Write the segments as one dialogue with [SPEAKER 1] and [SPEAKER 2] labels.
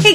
[SPEAKER 1] Hey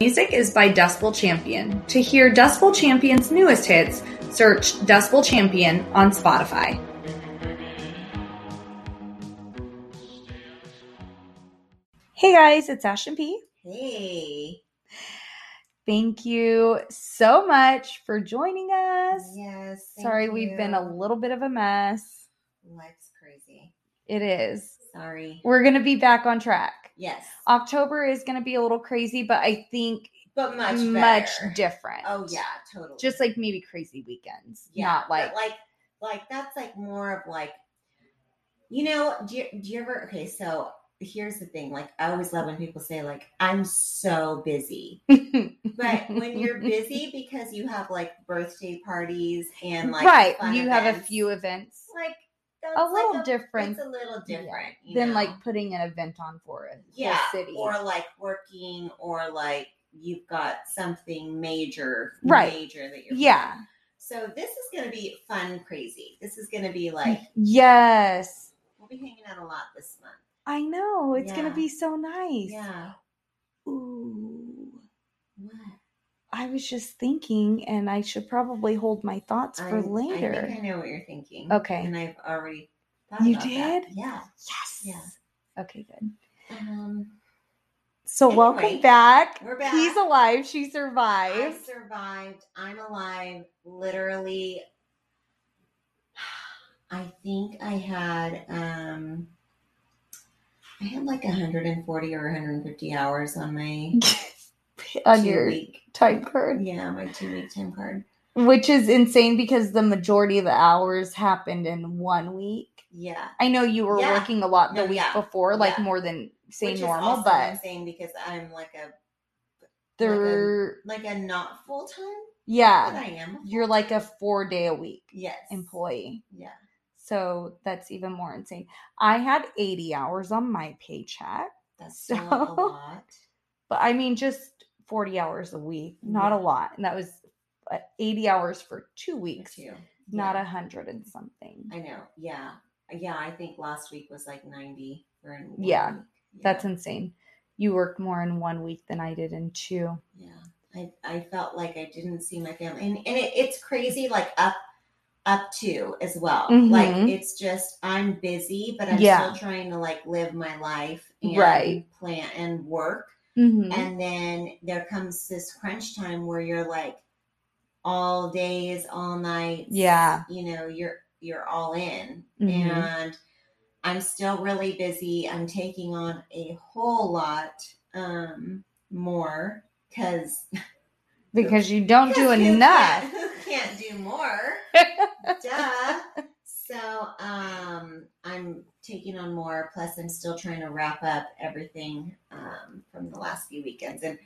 [SPEAKER 1] Music is by Dust Bowl Champion. To hear Dust Bowl Champion's newest hits, search Dust Bowl Champion on Spotify. Hey guys, it's Ash and P.
[SPEAKER 2] Hey.
[SPEAKER 1] Thank you so much for joining us.
[SPEAKER 2] Yes. thank
[SPEAKER 1] Sorry, we've been
[SPEAKER 2] you.
[SPEAKER 1] a little bit of a mess.
[SPEAKER 2] Life's crazy.
[SPEAKER 1] It is.
[SPEAKER 2] Sorry.
[SPEAKER 1] We're going to be back on track.
[SPEAKER 2] Yes.
[SPEAKER 1] October is going to be a little crazy, but I think
[SPEAKER 2] But much,
[SPEAKER 1] much,
[SPEAKER 2] better.
[SPEAKER 1] different.
[SPEAKER 2] Oh, yeah, totally.
[SPEAKER 1] Just like maybe crazy weekends.
[SPEAKER 2] yeah,
[SPEAKER 1] Not like,
[SPEAKER 2] but like like that's like more of like you know do you, do you ever okay so here's the thing like i always love when people say like i'm so busy but when you're busy because you have like birthday parties and like
[SPEAKER 1] right.
[SPEAKER 2] fun
[SPEAKER 1] You have a
[SPEAKER 2] events,
[SPEAKER 1] few events.
[SPEAKER 2] like that's
[SPEAKER 1] A
[SPEAKER 2] like
[SPEAKER 1] little
[SPEAKER 2] that's
[SPEAKER 1] different
[SPEAKER 2] a little
[SPEAKER 1] Yeah.
[SPEAKER 2] different you
[SPEAKER 1] Than
[SPEAKER 2] know?
[SPEAKER 1] like putting an event on for a whole
[SPEAKER 2] yeah
[SPEAKER 1] city.
[SPEAKER 2] or like working or like you've got something major
[SPEAKER 1] Right.
[SPEAKER 2] major that you're
[SPEAKER 1] yeah.
[SPEAKER 2] so this is going to be fun, crazy. This is going to
[SPEAKER 1] Hmm.
[SPEAKER 2] be like
[SPEAKER 1] Yes.
[SPEAKER 2] we'll be hanging out a lot this month.
[SPEAKER 1] I know. It's going
[SPEAKER 2] Yeah.
[SPEAKER 1] to be so nice.
[SPEAKER 2] Yeah.
[SPEAKER 1] Ooh.
[SPEAKER 2] What?
[SPEAKER 1] I was just thinking, and I should probably hold my thoughts for
[SPEAKER 2] I'm- I
[SPEAKER 1] later.
[SPEAKER 2] think I know what you're thinking.
[SPEAKER 1] Okay.
[SPEAKER 2] And I've already. Thought
[SPEAKER 1] You
[SPEAKER 2] about that.
[SPEAKER 1] did?
[SPEAKER 2] Yeah.
[SPEAKER 1] yes. Okay, good.
[SPEAKER 2] Um,
[SPEAKER 1] So welcome
[SPEAKER 2] Anyway,
[SPEAKER 1] back.
[SPEAKER 2] we're back.
[SPEAKER 1] He's alive. She
[SPEAKER 2] I
[SPEAKER 1] survived.
[SPEAKER 2] survived. I'm alive. Literally. I think I had um. I had like 140 or 150 hours on my
[SPEAKER 1] on
[SPEAKER 2] two
[SPEAKER 1] your
[SPEAKER 2] week.
[SPEAKER 1] time card,
[SPEAKER 2] Yeah, my two week time card.
[SPEAKER 1] which is insane because the majority of the hours happened in one week.
[SPEAKER 2] Yeah.
[SPEAKER 1] I know you were
[SPEAKER 2] Yeah.
[SPEAKER 1] working a lot the
[SPEAKER 2] No,
[SPEAKER 1] week
[SPEAKER 2] yeah.
[SPEAKER 1] before, like
[SPEAKER 2] Yeah.
[SPEAKER 1] more than say
[SPEAKER 2] Which is
[SPEAKER 1] normal,
[SPEAKER 2] also
[SPEAKER 1] but
[SPEAKER 2] insane because I'm like a like a-
[SPEAKER 1] they're
[SPEAKER 2] like a not full time, but
[SPEAKER 1] yeah,
[SPEAKER 2] I am.
[SPEAKER 1] you're like a four day a week
[SPEAKER 2] Yes.
[SPEAKER 1] employee.
[SPEAKER 2] Yeah.
[SPEAKER 1] So that's even more insane. I had 80 hours on my paycheck,
[SPEAKER 2] That's
[SPEAKER 1] So-
[SPEAKER 2] so, a lot.
[SPEAKER 1] but I mean, just 40 hours a week, not a
[SPEAKER 2] Yeah.
[SPEAKER 1] lot. And that was uh, 80 hours for two weeks,
[SPEAKER 2] Too.
[SPEAKER 1] not
[SPEAKER 2] yeah.
[SPEAKER 1] a hundred and something.
[SPEAKER 2] I know. Yeah. Yeah. I think last week was like 90 for an one
[SPEAKER 1] Yeah,
[SPEAKER 2] week.
[SPEAKER 1] That's insane. You worked more in one week than I did in two.
[SPEAKER 2] yeah. I, I felt like I didn't see my family, and, and it, it's crazy. Like up, up to as well. Like
[SPEAKER 1] Mhm.
[SPEAKER 2] it's just I'm busy, but I'm
[SPEAKER 1] Yeah.
[SPEAKER 2] still trying to like live my life and
[SPEAKER 1] Right.
[SPEAKER 2] plan and work.
[SPEAKER 1] Mhm.
[SPEAKER 2] And then there comes this crunch time where you're like all days, all nights.
[SPEAKER 1] Yeah.
[SPEAKER 2] You know, you're you're all in.
[SPEAKER 1] Mhm.
[SPEAKER 2] And I'm still really busy. I'm taking on a whole lot um more because
[SPEAKER 1] because you don't do enough.
[SPEAKER 2] Who can't do more? Duh. So um I'm taking on more, plus I'm still trying to wrap up everything um from the last few weekends. And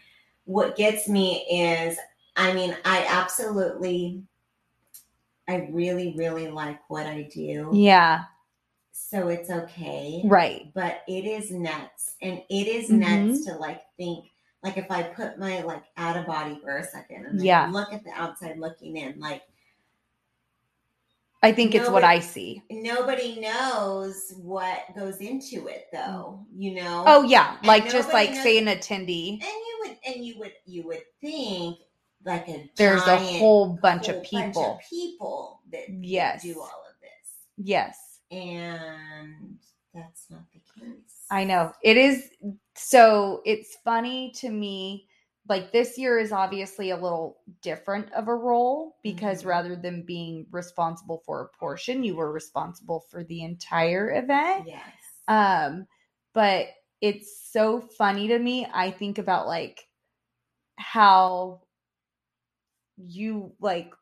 [SPEAKER 2] what gets me is I mean, I absolutely I really, really like what I do.
[SPEAKER 1] yeah,
[SPEAKER 2] So it's okay.
[SPEAKER 1] right.
[SPEAKER 2] But it is nuts. And it is
[SPEAKER 1] Mhm.
[SPEAKER 2] nuts to like think like if I put my like out of body for a second and like,
[SPEAKER 1] Yeah.
[SPEAKER 2] look at the outside looking in, like
[SPEAKER 1] I think it's
[SPEAKER 2] No,
[SPEAKER 1] what
[SPEAKER 2] it-
[SPEAKER 1] I see.
[SPEAKER 2] nobody knows what goes into it though you know
[SPEAKER 1] Oh yeah, like just
[SPEAKER 2] nobody
[SPEAKER 1] like
[SPEAKER 2] knows-
[SPEAKER 1] say an attendee.
[SPEAKER 2] and you would and you would you would think like a
[SPEAKER 1] There's a
[SPEAKER 2] giant-
[SPEAKER 1] whole bunch
[SPEAKER 2] whole
[SPEAKER 1] of people.
[SPEAKER 2] people that that
[SPEAKER 1] Yes.
[SPEAKER 2] do all of this
[SPEAKER 1] Yes,
[SPEAKER 2] and that's not the case
[SPEAKER 1] I know. It is so it's funny to me like this year is obviously a little different of a role because
[SPEAKER 2] Mhm.
[SPEAKER 1] rather than being responsible for a portion, you were responsible for the entire event.
[SPEAKER 2] yes
[SPEAKER 1] Um, but it's so funny to me. I think about like how you like,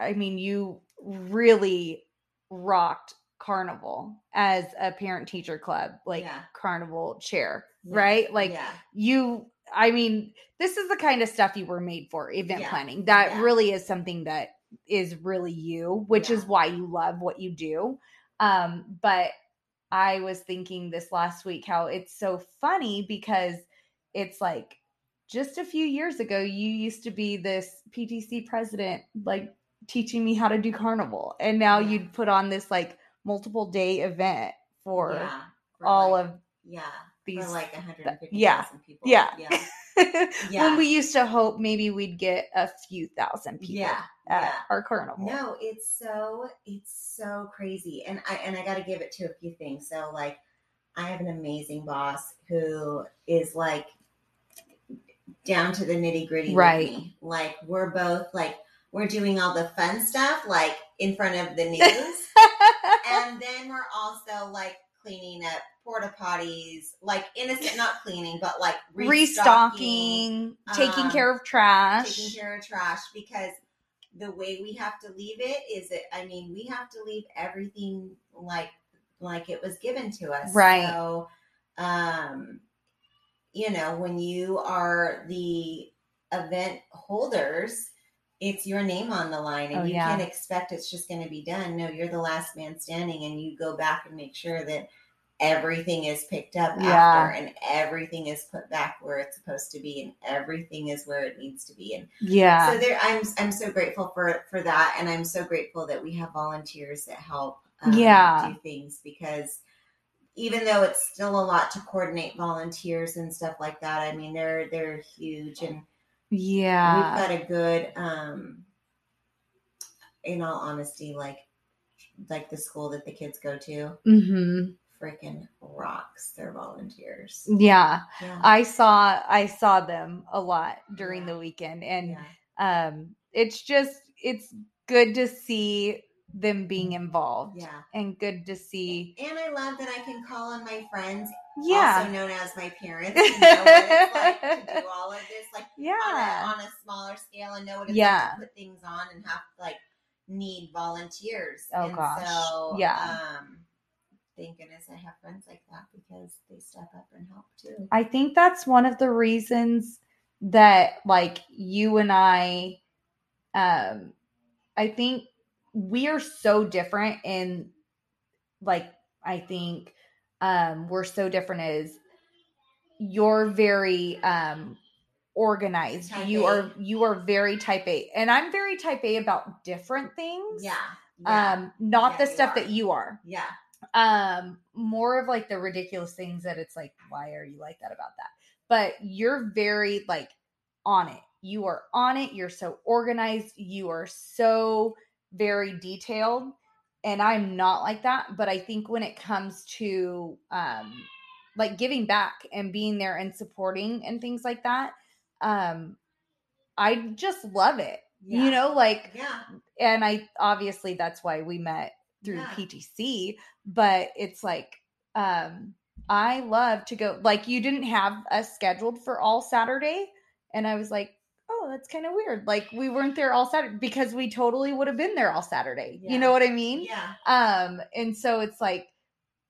[SPEAKER 1] I mean, you really rocked Carnival as a parent teacher club, like
[SPEAKER 2] Yeah.
[SPEAKER 1] Carnival chair,
[SPEAKER 2] Yeah.
[SPEAKER 1] right? Like
[SPEAKER 2] yeah
[SPEAKER 1] you, I mean, this is the kind of stuff you were made for event
[SPEAKER 2] Yeah.
[SPEAKER 1] planning. That
[SPEAKER 2] Yeah.
[SPEAKER 1] really is something that is really you, which is
[SPEAKER 2] Yeah.
[SPEAKER 1] why you love what you do. Um, but I was thinking this last week how it's so funny because it's like just a few years ago, you used to be this PTC president, like teaching me how to do carnival. And now
[SPEAKER 2] Yeah.
[SPEAKER 1] you'd put on this like multiple day event for
[SPEAKER 2] yeah, for
[SPEAKER 1] all
[SPEAKER 2] like,
[SPEAKER 1] of
[SPEAKER 2] yeah
[SPEAKER 1] these.
[SPEAKER 2] for like 150,000
[SPEAKER 1] yeah,
[SPEAKER 2] people.
[SPEAKER 1] yeah.
[SPEAKER 2] yeah,
[SPEAKER 1] When
[SPEAKER 2] Yeah.
[SPEAKER 1] we used to hope maybe we'd get a few thousand people
[SPEAKER 2] yeah,
[SPEAKER 1] at
[SPEAKER 2] yeah.
[SPEAKER 1] our carnival.
[SPEAKER 2] No, it's so it's so crazy, and I and I got to give it to a few things. So like, I have an amazing boss who is like down to the nitty gritty.
[SPEAKER 1] Right.
[SPEAKER 2] With me. Like we're both like we're doing all the fun stuff like in front of the news, and then we're also like cleaning up porta potties, like innocent, not cleaning, but like restocking
[SPEAKER 1] Restocking, taking
[SPEAKER 2] um,
[SPEAKER 1] care of trash.
[SPEAKER 2] taking care of trash because the way we have to leave it is it i mean we have to leave everything like like it was given to us
[SPEAKER 1] Right.
[SPEAKER 2] so um you know when you are the event holders it's your name on the line and
[SPEAKER 1] Oh,
[SPEAKER 2] you
[SPEAKER 1] yeah.
[SPEAKER 2] can't expect it's just going to be done no you're the last man standing and you go back and make sure that everything is picked up
[SPEAKER 1] Yeah.
[SPEAKER 2] after and everything is put back where it's supposed to be and everything is where it needs to be and
[SPEAKER 1] yeah.
[SPEAKER 2] so there i'm i'm so grateful for for that and i'm so grateful that we have volunteers that help um,
[SPEAKER 1] Yeah.
[SPEAKER 2] do things because even though it's still a lot to coordinate volunteers and stuff like that i mean they're they're huge and
[SPEAKER 1] yeah.
[SPEAKER 2] we've got a good um in all honesty like like the school that the kids go to
[SPEAKER 1] mm-hmm.
[SPEAKER 2] freaking rocks their volunteers
[SPEAKER 1] Yeah.
[SPEAKER 2] yeah
[SPEAKER 1] I saw I saw them a lot during
[SPEAKER 2] Yeah.
[SPEAKER 1] the weekend and
[SPEAKER 2] yeah.
[SPEAKER 1] um it's just it's good to see them being involved
[SPEAKER 2] Mm-hmm. yeah.
[SPEAKER 1] and good to see
[SPEAKER 2] And I love that I can call on my friends,
[SPEAKER 1] yeah
[SPEAKER 2] also known as my parents, and know what it's like to do all of this, like on,
[SPEAKER 1] yeah
[SPEAKER 2] a, on a smaller scale, and know what it's
[SPEAKER 1] Yeah.
[SPEAKER 2] like to put things on and have like need volunteers.
[SPEAKER 1] Oh,
[SPEAKER 2] and
[SPEAKER 1] gosh.
[SPEAKER 2] so
[SPEAKER 1] Yeah.
[SPEAKER 2] Um, thank goodness I have friends like that because they step up and help too.
[SPEAKER 1] I think that's one of the reasons that like you and I um I think we are so different in like I think um we're so different is you're very um organized.
[SPEAKER 2] Type
[SPEAKER 1] you
[SPEAKER 2] A.
[SPEAKER 1] are you are very type A and I'm very type A about different things.
[SPEAKER 2] Yeah. Yeah.
[SPEAKER 1] Um not the
[SPEAKER 2] Yeah, you
[SPEAKER 1] stuff
[SPEAKER 2] are.
[SPEAKER 1] that you are.
[SPEAKER 2] yeah.
[SPEAKER 1] um more of like the ridiculous things that it's like why are you like that about that but you're very like on it you are on it you're so organized you are so very detailed and i'm not like that but i think when it comes to um like giving back and being there and supporting and things like that um i just love it
[SPEAKER 2] Yeah.
[SPEAKER 1] you know like
[SPEAKER 2] Yeah.
[SPEAKER 1] and I obviously that's why we met through
[SPEAKER 2] Yeah.
[SPEAKER 1] PTC, but it's like um I love to go like you didn't have us scheduled for all Saturday and I was like, "Oh, that's kind of weird. Like we weren't there all Saturday because we totally would have been there all Saturday." You
[SPEAKER 2] Yeah.
[SPEAKER 1] know what I mean?
[SPEAKER 2] Yeah.
[SPEAKER 1] Um and so it's like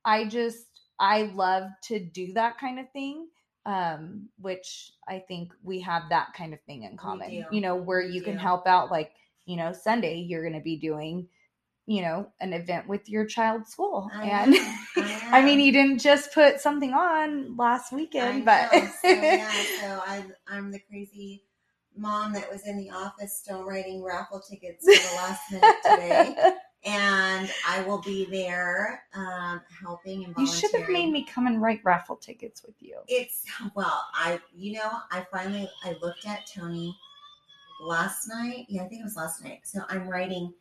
[SPEAKER 1] I just I love to do that kind of thing. Um, which I think we have that kind of thing in common,
[SPEAKER 2] do.
[SPEAKER 1] you know, where
[SPEAKER 2] We
[SPEAKER 1] you can
[SPEAKER 2] do.
[SPEAKER 1] help out like, you know, Sunday you're gonna be doing, you know, an event with your child's school.
[SPEAKER 2] I
[SPEAKER 1] and
[SPEAKER 2] am. I
[SPEAKER 1] I mean
[SPEAKER 2] am.
[SPEAKER 1] you didn't just put something on last
[SPEAKER 2] I
[SPEAKER 1] weekend,
[SPEAKER 2] know.
[SPEAKER 1] but
[SPEAKER 2] so, yeah, so I'm, I'm the crazy mom that was in the office still writing raffle tickets for the last minute today. And I will be there um, helping and
[SPEAKER 1] you
[SPEAKER 2] volunteering.
[SPEAKER 1] should have made me come and write raffle tickets with you.
[SPEAKER 2] It's, well, I, you know, I finally, I looked at Tony last night. Yeah, I think it was last night. So I'm writing,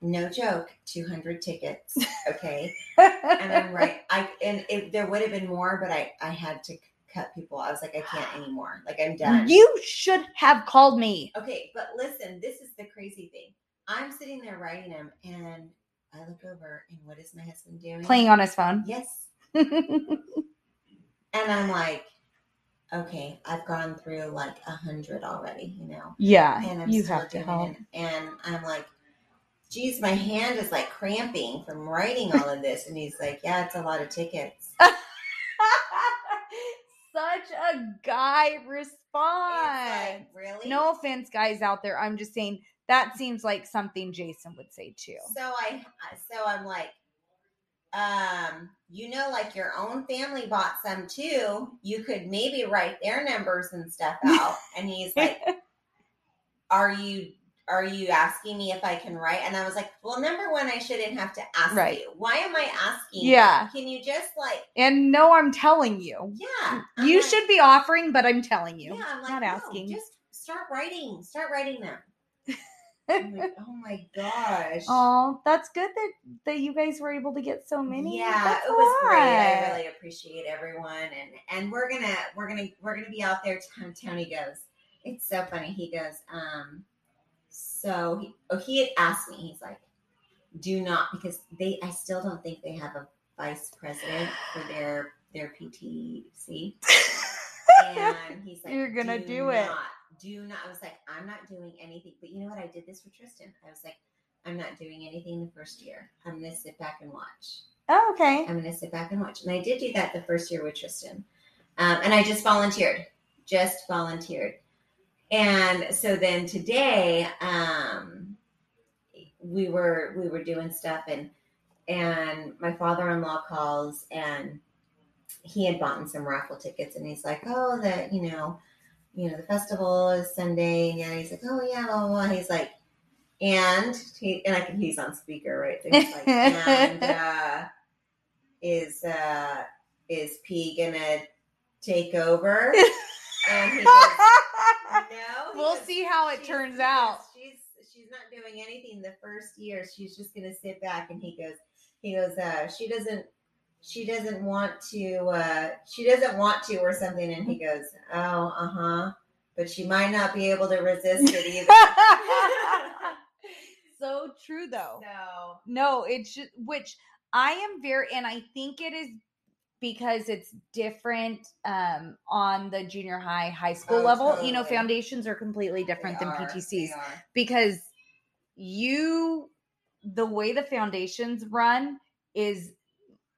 [SPEAKER 2] no joke, 200 tickets. Okay. and I'm right. I and it, there would have been more, but I I had to c- cut people. I was like, I can't anymore. Like I'm done.
[SPEAKER 1] you should have called me.
[SPEAKER 2] okay, but listen, this is the crazy thing. I'm sitting there writing them, and I look over, and what is my husband doing?
[SPEAKER 1] Playing on his phone.
[SPEAKER 2] Yes, and I'm like, okay, I've gone through like a hundred already, you know.
[SPEAKER 1] yeah.
[SPEAKER 2] And I'm
[SPEAKER 1] you
[SPEAKER 2] still
[SPEAKER 1] have to
[SPEAKER 2] doing
[SPEAKER 1] help.
[SPEAKER 2] it, and I'm like. Geez, my hand is like cramping from writing all of this. And he's like, Yeah, it's a lot of tickets.
[SPEAKER 1] Such a guy
[SPEAKER 2] It's
[SPEAKER 1] response.
[SPEAKER 2] like, really?
[SPEAKER 1] No offense, guys out there. I'm just saying That seems like something Jason would say too.
[SPEAKER 2] So I so I'm like, um, you know, like your own family bought some too. You could maybe write their numbers and stuff out. and he's like, Are you are you asking me if I can write? And I was like, Well, number one, I shouldn't have to ask
[SPEAKER 1] Right.
[SPEAKER 2] you. Why am I asking? you?
[SPEAKER 1] Yeah.
[SPEAKER 2] Can you just like
[SPEAKER 1] And no, I'm telling you.
[SPEAKER 2] yeah. I'm
[SPEAKER 1] You
[SPEAKER 2] like-
[SPEAKER 1] should be offering, but I'm telling you.
[SPEAKER 2] Yeah, I'm like,
[SPEAKER 1] Not
[SPEAKER 2] no,
[SPEAKER 1] asking.
[SPEAKER 2] Just start writing. Start writing them. I'm like, oh my gosh.
[SPEAKER 1] Oh, that's good that that you guys were able to get so many.
[SPEAKER 2] Yeah,
[SPEAKER 1] That's
[SPEAKER 2] it
[SPEAKER 1] a
[SPEAKER 2] was great.
[SPEAKER 1] lot.
[SPEAKER 2] I really appreciate everyone, and and we're gonna we're gonna we're gonna be out there. Tom- Tony goes, it's so funny. He goes, um, so he oh he had asked me. He's like, do not because they I still don't think they have a vice president for their their PTC. and he's like,
[SPEAKER 1] You're gonna
[SPEAKER 2] "Do
[SPEAKER 1] do it."
[SPEAKER 2] not, Do not. I was like, I'm not doing anything. But you know what? I did this for Tristan. I was like, I'm not doing anything the first year. I'm gonna sit back and watch.
[SPEAKER 1] Oh, okay.
[SPEAKER 2] I'm gonna sit back and watch. And I did do that the first year with Tristan, um, and I just volunteered, just volunteered. And so then today, um, we were we were doing stuff, and and my father-in-law calls, and he had bought some raffle tickets, and he's like, oh, that you know, you know, the festival is Sunday, and yeah, he's like, oh yeah, blah blah. blah. He's like. And he, and I can he's on speaker, right? So he's like, and uh, is uh is P gonna take over? and he goes, no. He
[SPEAKER 1] we'll
[SPEAKER 2] goes,
[SPEAKER 1] see how it
[SPEAKER 2] "She's-
[SPEAKER 1] turns
[SPEAKER 2] she goes,
[SPEAKER 1] out.
[SPEAKER 2] She's she's not doing anything the first year. She's just gonna sit back and he goes he goes, uh, she doesn't she doesn't want to uh she doesn't want to or something and he goes, Oh, uh-huh. But she might not be able to resist it either.
[SPEAKER 1] so true though.
[SPEAKER 2] so
[SPEAKER 1] No, it's just, which I am very and I think it is because it's different um on the junior high high school
[SPEAKER 2] Oh,
[SPEAKER 1] level. You know,
[SPEAKER 2] totally.
[SPEAKER 1] foundations are completely different
[SPEAKER 2] they
[SPEAKER 1] than
[SPEAKER 2] are- they
[SPEAKER 1] PTCs
[SPEAKER 2] are.
[SPEAKER 1] because you the way the foundations run is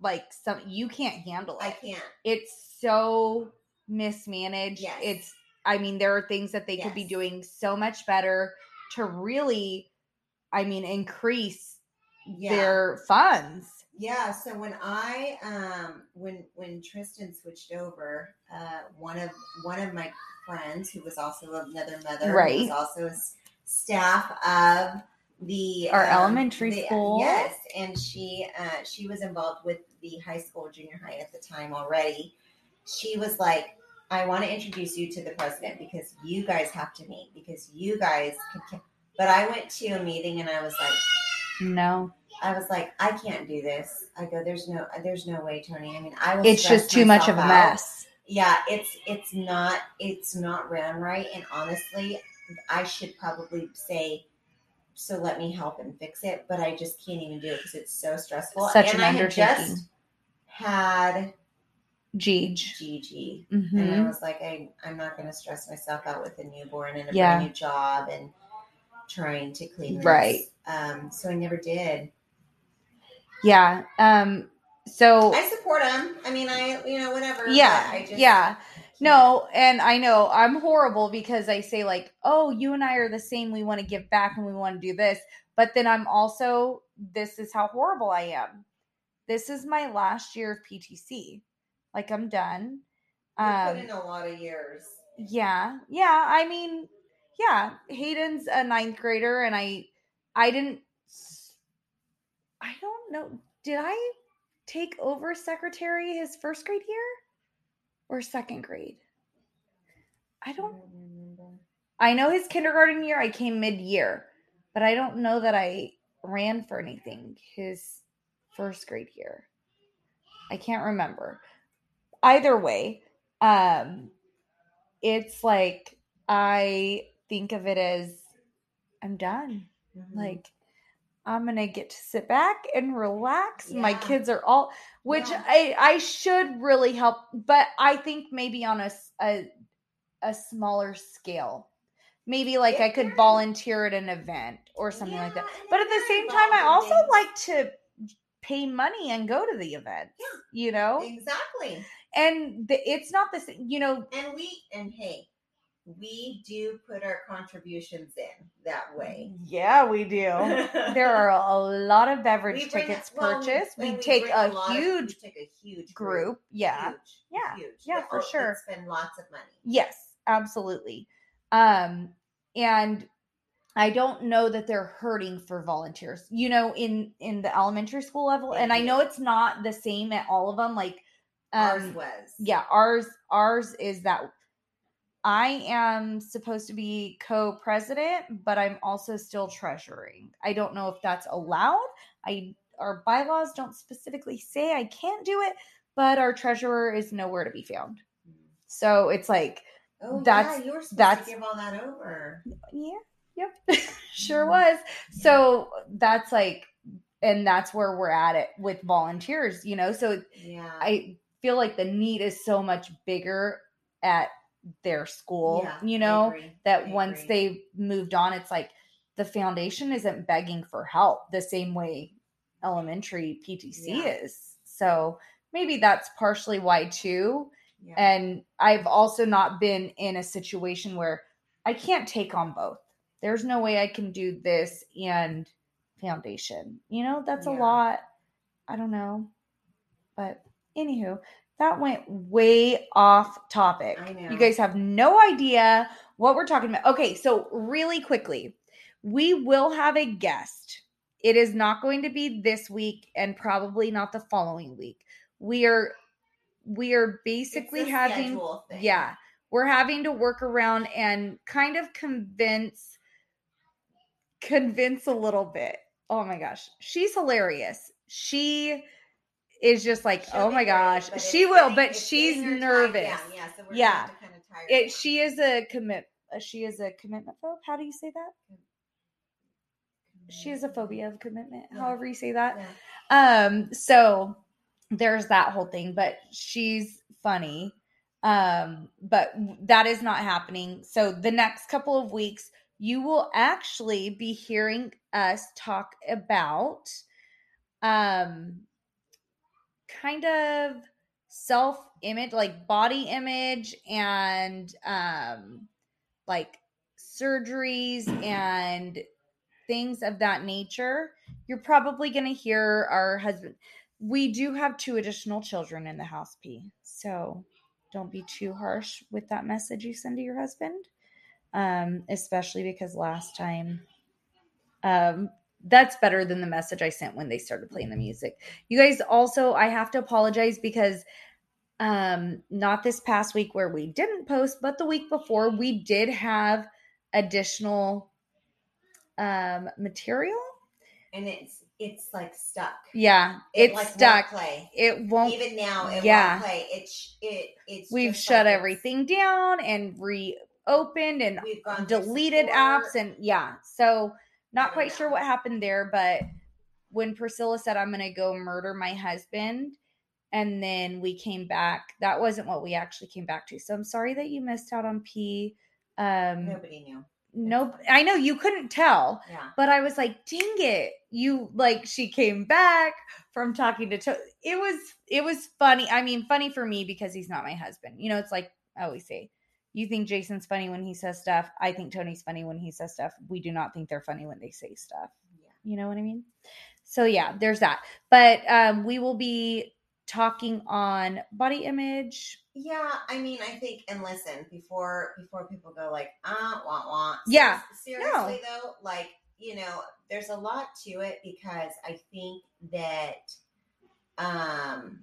[SPEAKER 1] like some you can't handle it.
[SPEAKER 2] I can't.
[SPEAKER 1] it's so mismanaged.
[SPEAKER 2] Yes.
[SPEAKER 1] It's I mean there are things that they could be
[SPEAKER 2] Yes.
[SPEAKER 1] doing so much better to really I mean increase
[SPEAKER 2] Yeah.
[SPEAKER 1] their funds.
[SPEAKER 2] Yeah, so when I um when when Tristan switched over, uh one of one of my friends who was also another mother who
[SPEAKER 1] Right.
[SPEAKER 2] was also a s- staff of the
[SPEAKER 1] Our elementary school.
[SPEAKER 2] Yes, and she uh she was involved with the high school junior high at the time already. She was like I want to introduce you to the president because you guys have to meet because you guys can, can. but I went to a meeting and I was like
[SPEAKER 1] No.
[SPEAKER 2] I was like, I can't do this. I go, there's no, there's no way, Tony. I mean, I will.
[SPEAKER 1] It's
[SPEAKER 2] stress
[SPEAKER 1] just too much of
[SPEAKER 2] myself
[SPEAKER 1] a
[SPEAKER 2] out.
[SPEAKER 1] mess.
[SPEAKER 2] Yeah, it's it's not it's not ran right, and honestly, I should probably say, so let me help and fix it, but I just can't even do it because it's so stressful.
[SPEAKER 1] Such
[SPEAKER 2] and
[SPEAKER 1] an
[SPEAKER 2] I had
[SPEAKER 1] undertaking.
[SPEAKER 2] just had
[SPEAKER 1] Jeej.
[SPEAKER 2] Gigi, and
[SPEAKER 1] Mhm.
[SPEAKER 2] I was like, I, I'm not going to stress myself out with a newborn and a
[SPEAKER 1] Yeah.
[SPEAKER 2] brand new job and trying to clean this.
[SPEAKER 1] Right.
[SPEAKER 2] Um, so I never did.
[SPEAKER 1] Yeah. Um so
[SPEAKER 2] I support him. I mean, I you know whatever. but
[SPEAKER 1] yeah,
[SPEAKER 2] I just
[SPEAKER 1] yeah.
[SPEAKER 2] can't.
[SPEAKER 1] No, and I know I'm horrible because I say like, "Oh, you and I are the same. We want to give back and we want to do this." But then I'm also this is how horrible I am. This is my last year of PTC. Like I'm done.
[SPEAKER 2] You
[SPEAKER 1] Um
[SPEAKER 2] put in a lot of years.
[SPEAKER 1] yeah. Yeah, I mean, yeah, Hayden's a ninth grader and I I didn't s- I don't know. Did I take over secretary his first grade year or second grade? I
[SPEAKER 2] I
[SPEAKER 1] don't
[SPEAKER 2] don't remember.
[SPEAKER 1] I know his kindergarten year, I came mid year, but I don't know that I ran for anything his first grade year. I can't remember. Either way, um, it's like I think of it as I'm done.
[SPEAKER 2] Mhm.
[SPEAKER 1] Like, I'm gonna get to sit back and relax. My
[SPEAKER 2] Yeah.
[SPEAKER 1] kids are all, which
[SPEAKER 2] Yeah.
[SPEAKER 1] I I should really help, but I think maybe on a s- a, a smaller scale. Maybe like I
[SPEAKER 2] If
[SPEAKER 1] could
[SPEAKER 2] you're-
[SPEAKER 1] volunteer at an event or something like that.
[SPEAKER 2] Yeah, and
[SPEAKER 1] But
[SPEAKER 2] if
[SPEAKER 1] at the
[SPEAKER 2] you're
[SPEAKER 1] same time, I
[SPEAKER 2] involved
[SPEAKER 1] also
[SPEAKER 2] in
[SPEAKER 1] like to pay money and go to the event.
[SPEAKER 2] Yeah.
[SPEAKER 1] You know,
[SPEAKER 2] things- exactly.
[SPEAKER 1] and the, it's not the same. You know,
[SPEAKER 2] And we and hey, we do put our contributions in that way.
[SPEAKER 1] Yeah, we do. Mm-hmm. there are a lot of beverage
[SPEAKER 2] We bring-
[SPEAKER 1] tickets
[SPEAKER 2] well,
[SPEAKER 1] purchased.
[SPEAKER 2] and
[SPEAKER 1] We take
[SPEAKER 2] bring
[SPEAKER 1] a,
[SPEAKER 2] lot of- we
[SPEAKER 1] huge
[SPEAKER 2] take a huge
[SPEAKER 1] group. Yeah.
[SPEAKER 2] Huge,
[SPEAKER 1] Yeah.
[SPEAKER 2] huge.
[SPEAKER 1] Yeah,
[SPEAKER 2] They
[SPEAKER 1] for
[SPEAKER 2] all- they
[SPEAKER 1] sure.
[SPEAKER 2] Spend lots of money.
[SPEAKER 1] Yes, absolutely. Um, and I don't know that they're hurting for volunteers. You know, in in the elementary school level,
[SPEAKER 2] They
[SPEAKER 1] and I
[SPEAKER 2] do.
[SPEAKER 1] know it's not the same at all of them. Like,
[SPEAKER 2] Ours
[SPEAKER 1] um,
[SPEAKER 2] was.
[SPEAKER 1] yeah, ours ours is that I am supposed to be co-president, but I'm also still treasuring. I don't know if that's allowed. I our bylaws don't specifically say I can't do it, but our treasurer is nowhere to be found. So it's like
[SPEAKER 2] Mm. Oh,
[SPEAKER 1] That's-
[SPEAKER 2] yeah, you were supposed
[SPEAKER 1] that's-
[SPEAKER 2] to give all that over.
[SPEAKER 1] yeah yep
[SPEAKER 2] Mm-hmm.
[SPEAKER 1] sure was so that's like and that's where we're at it with volunteers you know so
[SPEAKER 2] Yeah.
[SPEAKER 1] i feel like the need is so much bigger at their school
[SPEAKER 2] Yeah, I
[SPEAKER 1] you know
[SPEAKER 2] agree.
[SPEAKER 1] that
[SPEAKER 2] I
[SPEAKER 1] once
[SPEAKER 2] agree.
[SPEAKER 1] they've moved on it's like the foundation isn't begging for help the same way elementary ptc
[SPEAKER 2] Yeah.
[SPEAKER 1] is so maybe that's partially why too
[SPEAKER 2] Yeah.
[SPEAKER 1] and I've also not been in a situation where I can't take on both. There's no way I can do this and foundation. You know, that's
[SPEAKER 2] Yeah.
[SPEAKER 1] a lot. I don't know. But anywho, that went way off topic.
[SPEAKER 2] I know.
[SPEAKER 1] You guys have no idea what we're talking about. Okay, so really quickly, we will have a guest. It is not going to be this week and probably not the following week. We are we are
[SPEAKER 2] It's a
[SPEAKER 1] basically having
[SPEAKER 2] schedule thing.
[SPEAKER 1] yeah, we're having to work around and kind of convince convince a little bit. Oh my gosh, she's hilarious. She is just like,
[SPEAKER 2] She'll
[SPEAKER 1] "Oh
[SPEAKER 2] be
[SPEAKER 1] my
[SPEAKER 2] great,
[SPEAKER 1] gosh,
[SPEAKER 2] but
[SPEAKER 1] she
[SPEAKER 2] it's
[SPEAKER 1] will,
[SPEAKER 2] getting-
[SPEAKER 1] but
[SPEAKER 2] it's
[SPEAKER 1] she's
[SPEAKER 2] getting her tied
[SPEAKER 1] nervous."
[SPEAKER 2] down. Yeah, so we're
[SPEAKER 1] Yeah.
[SPEAKER 2] kind of tired.
[SPEAKER 1] It she is a commit uh, she is a commitment phobe. How do you say that? She has a phobia of commitment.
[SPEAKER 2] Mm-hmm. Yeah.
[SPEAKER 1] However you say that.
[SPEAKER 2] Yeah.
[SPEAKER 1] Um, so there's that whole thing, but she's funny. Um, but that is not happening. So the next couple of weeks, you will actually be hearing us talk about um kind of self image, like body image and um like surgeries and things of that nature you're probably going to hear our husband. We do have two additional children in the house, P. So don't be too harsh with that message you send to your husband, um, especially because last time, um, that's better than the message I sent when they started playing the music. You guys also, I have to apologize because um not this past week where we didn't post but the week before we did have additional um material
[SPEAKER 2] And it's it's like stuck.
[SPEAKER 1] yeah,
[SPEAKER 2] It,
[SPEAKER 1] it's
[SPEAKER 2] like, won't
[SPEAKER 1] stuck.
[SPEAKER 2] Play.
[SPEAKER 1] It won't.
[SPEAKER 2] Even now, it
[SPEAKER 1] yeah.
[SPEAKER 2] won't play. It's it it's.
[SPEAKER 1] we've
[SPEAKER 2] just
[SPEAKER 1] shut
[SPEAKER 2] like it's-
[SPEAKER 1] everything down and reopened and
[SPEAKER 2] We've gone through
[SPEAKER 1] deleted
[SPEAKER 2] support.
[SPEAKER 1] apps and yeah. So
[SPEAKER 2] I
[SPEAKER 1] not
[SPEAKER 2] don't
[SPEAKER 1] quite sure
[SPEAKER 2] know.
[SPEAKER 1] what happened there, but when Priscilla said I'm going to go murder my husband and then we came back, that wasn't what we actually came back to. So I'm sorry that you missed out on P. Um
[SPEAKER 2] Nobody knew.
[SPEAKER 1] nope. I know you couldn't tell.
[SPEAKER 2] Yeah.
[SPEAKER 1] But I was like, dang it. You like she came back from talking to to- it was it was funny. I mean, funny for me because he's not my husband. You know, it's like I always say, you think Jason's funny when he says stuff. I think Tony's funny when he says stuff. We do not think they're funny when they say stuff.
[SPEAKER 2] Yeah.
[SPEAKER 1] You know what I mean? So yeah, there's that. But um we will be talking on body image.
[SPEAKER 2] Yeah, I mean, I think, and listen before before people go like ah wah wah.
[SPEAKER 1] Yeah,
[SPEAKER 2] Ser- Seriously though, like you know, there's a lot to it because I think that, um,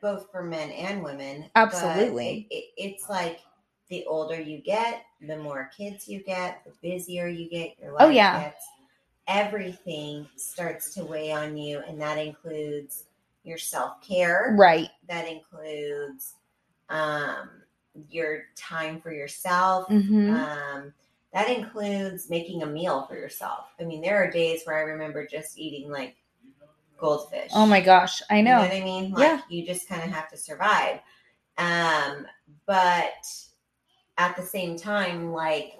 [SPEAKER 2] both for men and women, but
[SPEAKER 1] Absolutely.
[SPEAKER 2] it, it, it's like the older you get, the more kids you get, the busier you get. Your life
[SPEAKER 1] Oh, yeah.
[SPEAKER 2] Gets, everything starts to weigh on you, and that includes your self care
[SPEAKER 1] Right.
[SPEAKER 2] that includes um, your time for yourself.
[SPEAKER 1] Mhm.
[SPEAKER 2] Um, that includes making a meal for yourself. I mean, there are days where I remember just eating like goldfish.
[SPEAKER 1] oh my gosh. I
[SPEAKER 2] You
[SPEAKER 1] know.
[SPEAKER 2] what I mean? Like,
[SPEAKER 1] Yeah.
[SPEAKER 2] You just kind of have to survive. Um, but at the same time, like,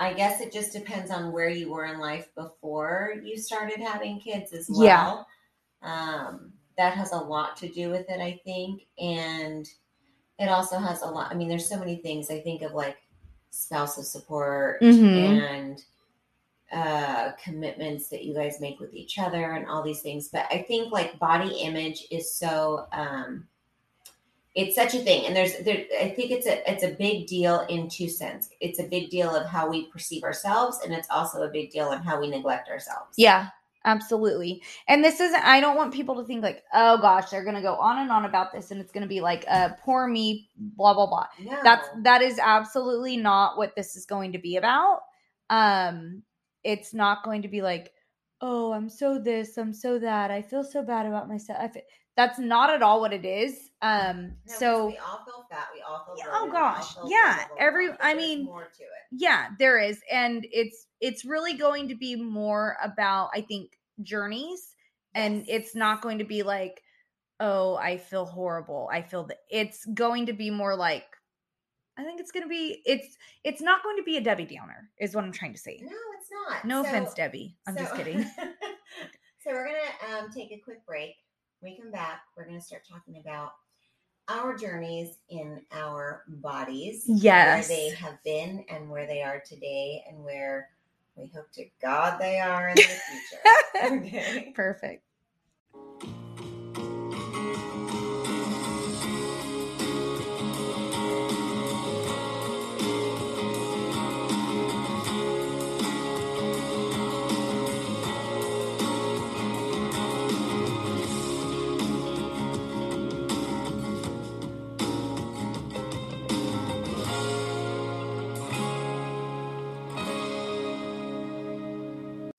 [SPEAKER 2] I guess it just depends on where you were in life before you started having kids as well.
[SPEAKER 1] Yeah.
[SPEAKER 2] Um, that has a lot to do with it, I think. And it also has a lot. I mean, there's so many things I think of like spousal support
[SPEAKER 1] Mhm.
[SPEAKER 2] and uh, commitments that you guys make with each other and all these things. But I think like body image is so um, it's such a thing, and there's there. I think it's a it's a big deal in two sense. It's a big deal of how we perceive ourselves, and it's also a big deal on how we neglect ourselves.
[SPEAKER 1] Yeah, absolutely. And this isn't, I don't want people to think like, oh gosh, they're going to go on and on about this and it's going to be like, uh, poor me, blah, blah, blah.
[SPEAKER 2] No.
[SPEAKER 1] That's, that is absolutely not what this is going to be about. Um, it's not going to be like, oh, I'm so this, I'm so that, I feel so bad about myself. I fe-" That's not at all what it is. Um,
[SPEAKER 2] No, 'cause
[SPEAKER 1] so
[SPEAKER 2] we all feel fat. We all feel.
[SPEAKER 1] Yeah,
[SPEAKER 2] bloated,
[SPEAKER 1] oh
[SPEAKER 2] we all
[SPEAKER 1] gosh,
[SPEAKER 2] feel
[SPEAKER 1] yeah,
[SPEAKER 2] blah, blah, blah,
[SPEAKER 1] every-
[SPEAKER 2] but
[SPEAKER 1] I
[SPEAKER 2] there's
[SPEAKER 1] mean-
[SPEAKER 2] more to it.
[SPEAKER 1] yeah there is and it's it's really going to be more about i think journeys and
[SPEAKER 2] Yes.
[SPEAKER 1] it's not going to be like oh i feel horrible i feel that it's going to be more like i think it's going to be it's it's not going to be a debbie downer is what i'm trying to say
[SPEAKER 2] No, it's not.
[SPEAKER 1] no
[SPEAKER 2] So-
[SPEAKER 1] offense debbie i'm just
[SPEAKER 2] so-
[SPEAKER 1] kidding
[SPEAKER 2] so we're gonna um, take a quick break. When we come back. We're gonna start talking about our journeys in our bodies,
[SPEAKER 1] yes
[SPEAKER 2] where they have been and where they are today, and where we hope to God they are in the future. okay.
[SPEAKER 1] perfect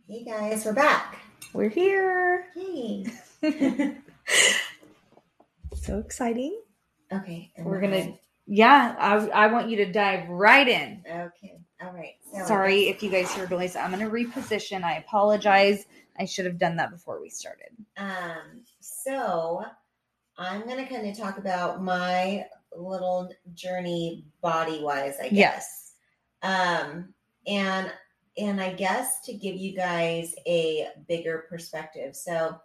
[SPEAKER 2] Hey guys, we're back.
[SPEAKER 1] we're here
[SPEAKER 2] Hey.
[SPEAKER 1] so exciting
[SPEAKER 2] okay. and
[SPEAKER 1] We're gonna-
[SPEAKER 2] fine.
[SPEAKER 1] yeah i i want you to dive right in
[SPEAKER 2] Okay. All right. So
[SPEAKER 1] Sorry if you guys hear noise. I'm going to reposition. I apologize. I should have done that before we started.
[SPEAKER 2] Um, so I'm gonna kind of talk about my little journey body wise, I guess.
[SPEAKER 1] Yes.
[SPEAKER 2] Um, and and I guess to give you guys a bigger perspective. So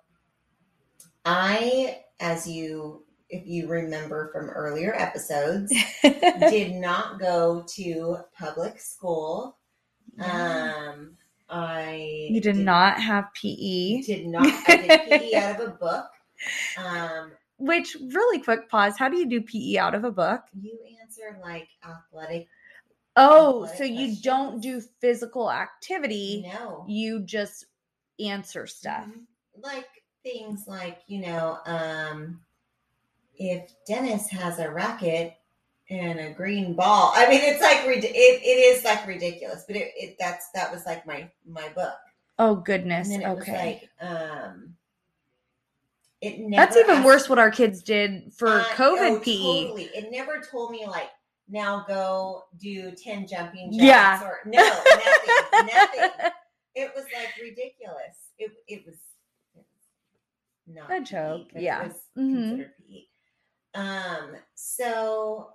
[SPEAKER 2] I, as you if you remember from earlier episodes, did not go to public school. Um I
[SPEAKER 1] you did not have E. PE,
[SPEAKER 2] did not I did PE out of a book. Um
[SPEAKER 1] which, really quick pause, how do you do PE out of a book?
[SPEAKER 2] You answer like athletic.
[SPEAKER 1] Oh,
[SPEAKER 2] Athletic
[SPEAKER 1] so you
[SPEAKER 2] questions.
[SPEAKER 1] don't do physical activity,
[SPEAKER 2] No.
[SPEAKER 1] you just answer stuff.
[SPEAKER 2] Mhm. Like things like, you know, um, if Dennis has a racket and a green ball, I mean, it's like, rid- it, it is like ridiculous, but it, it, that's, that was like my, my book.
[SPEAKER 1] Oh, goodness.
[SPEAKER 2] And then it was
[SPEAKER 1] Okay.
[SPEAKER 2] like, um, it never
[SPEAKER 1] That's even
[SPEAKER 2] asked-
[SPEAKER 1] worse what our kids did for
[SPEAKER 2] I-
[SPEAKER 1] COVID E.
[SPEAKER 2] oh,
[SPEAKER 1] PE.
[SPEAKER 2] Totally. It never told me like now go do ten jumping jacks
[SPEAKER 1] Yeah.
[SPEAKER 2] or no nothing nothing. It was like ridiculous. It it was it was not
[SPEAKER 1] A
[SPEAKER 2] PE,
[SPEAKER 1] joke,
[SPEAKER 2] but
[SPEAKER 1] yeah.
[SPEAKER 2] It was
[SPEAKER 1] Mhm.
[SPEAKER 2] considered PE. Um. So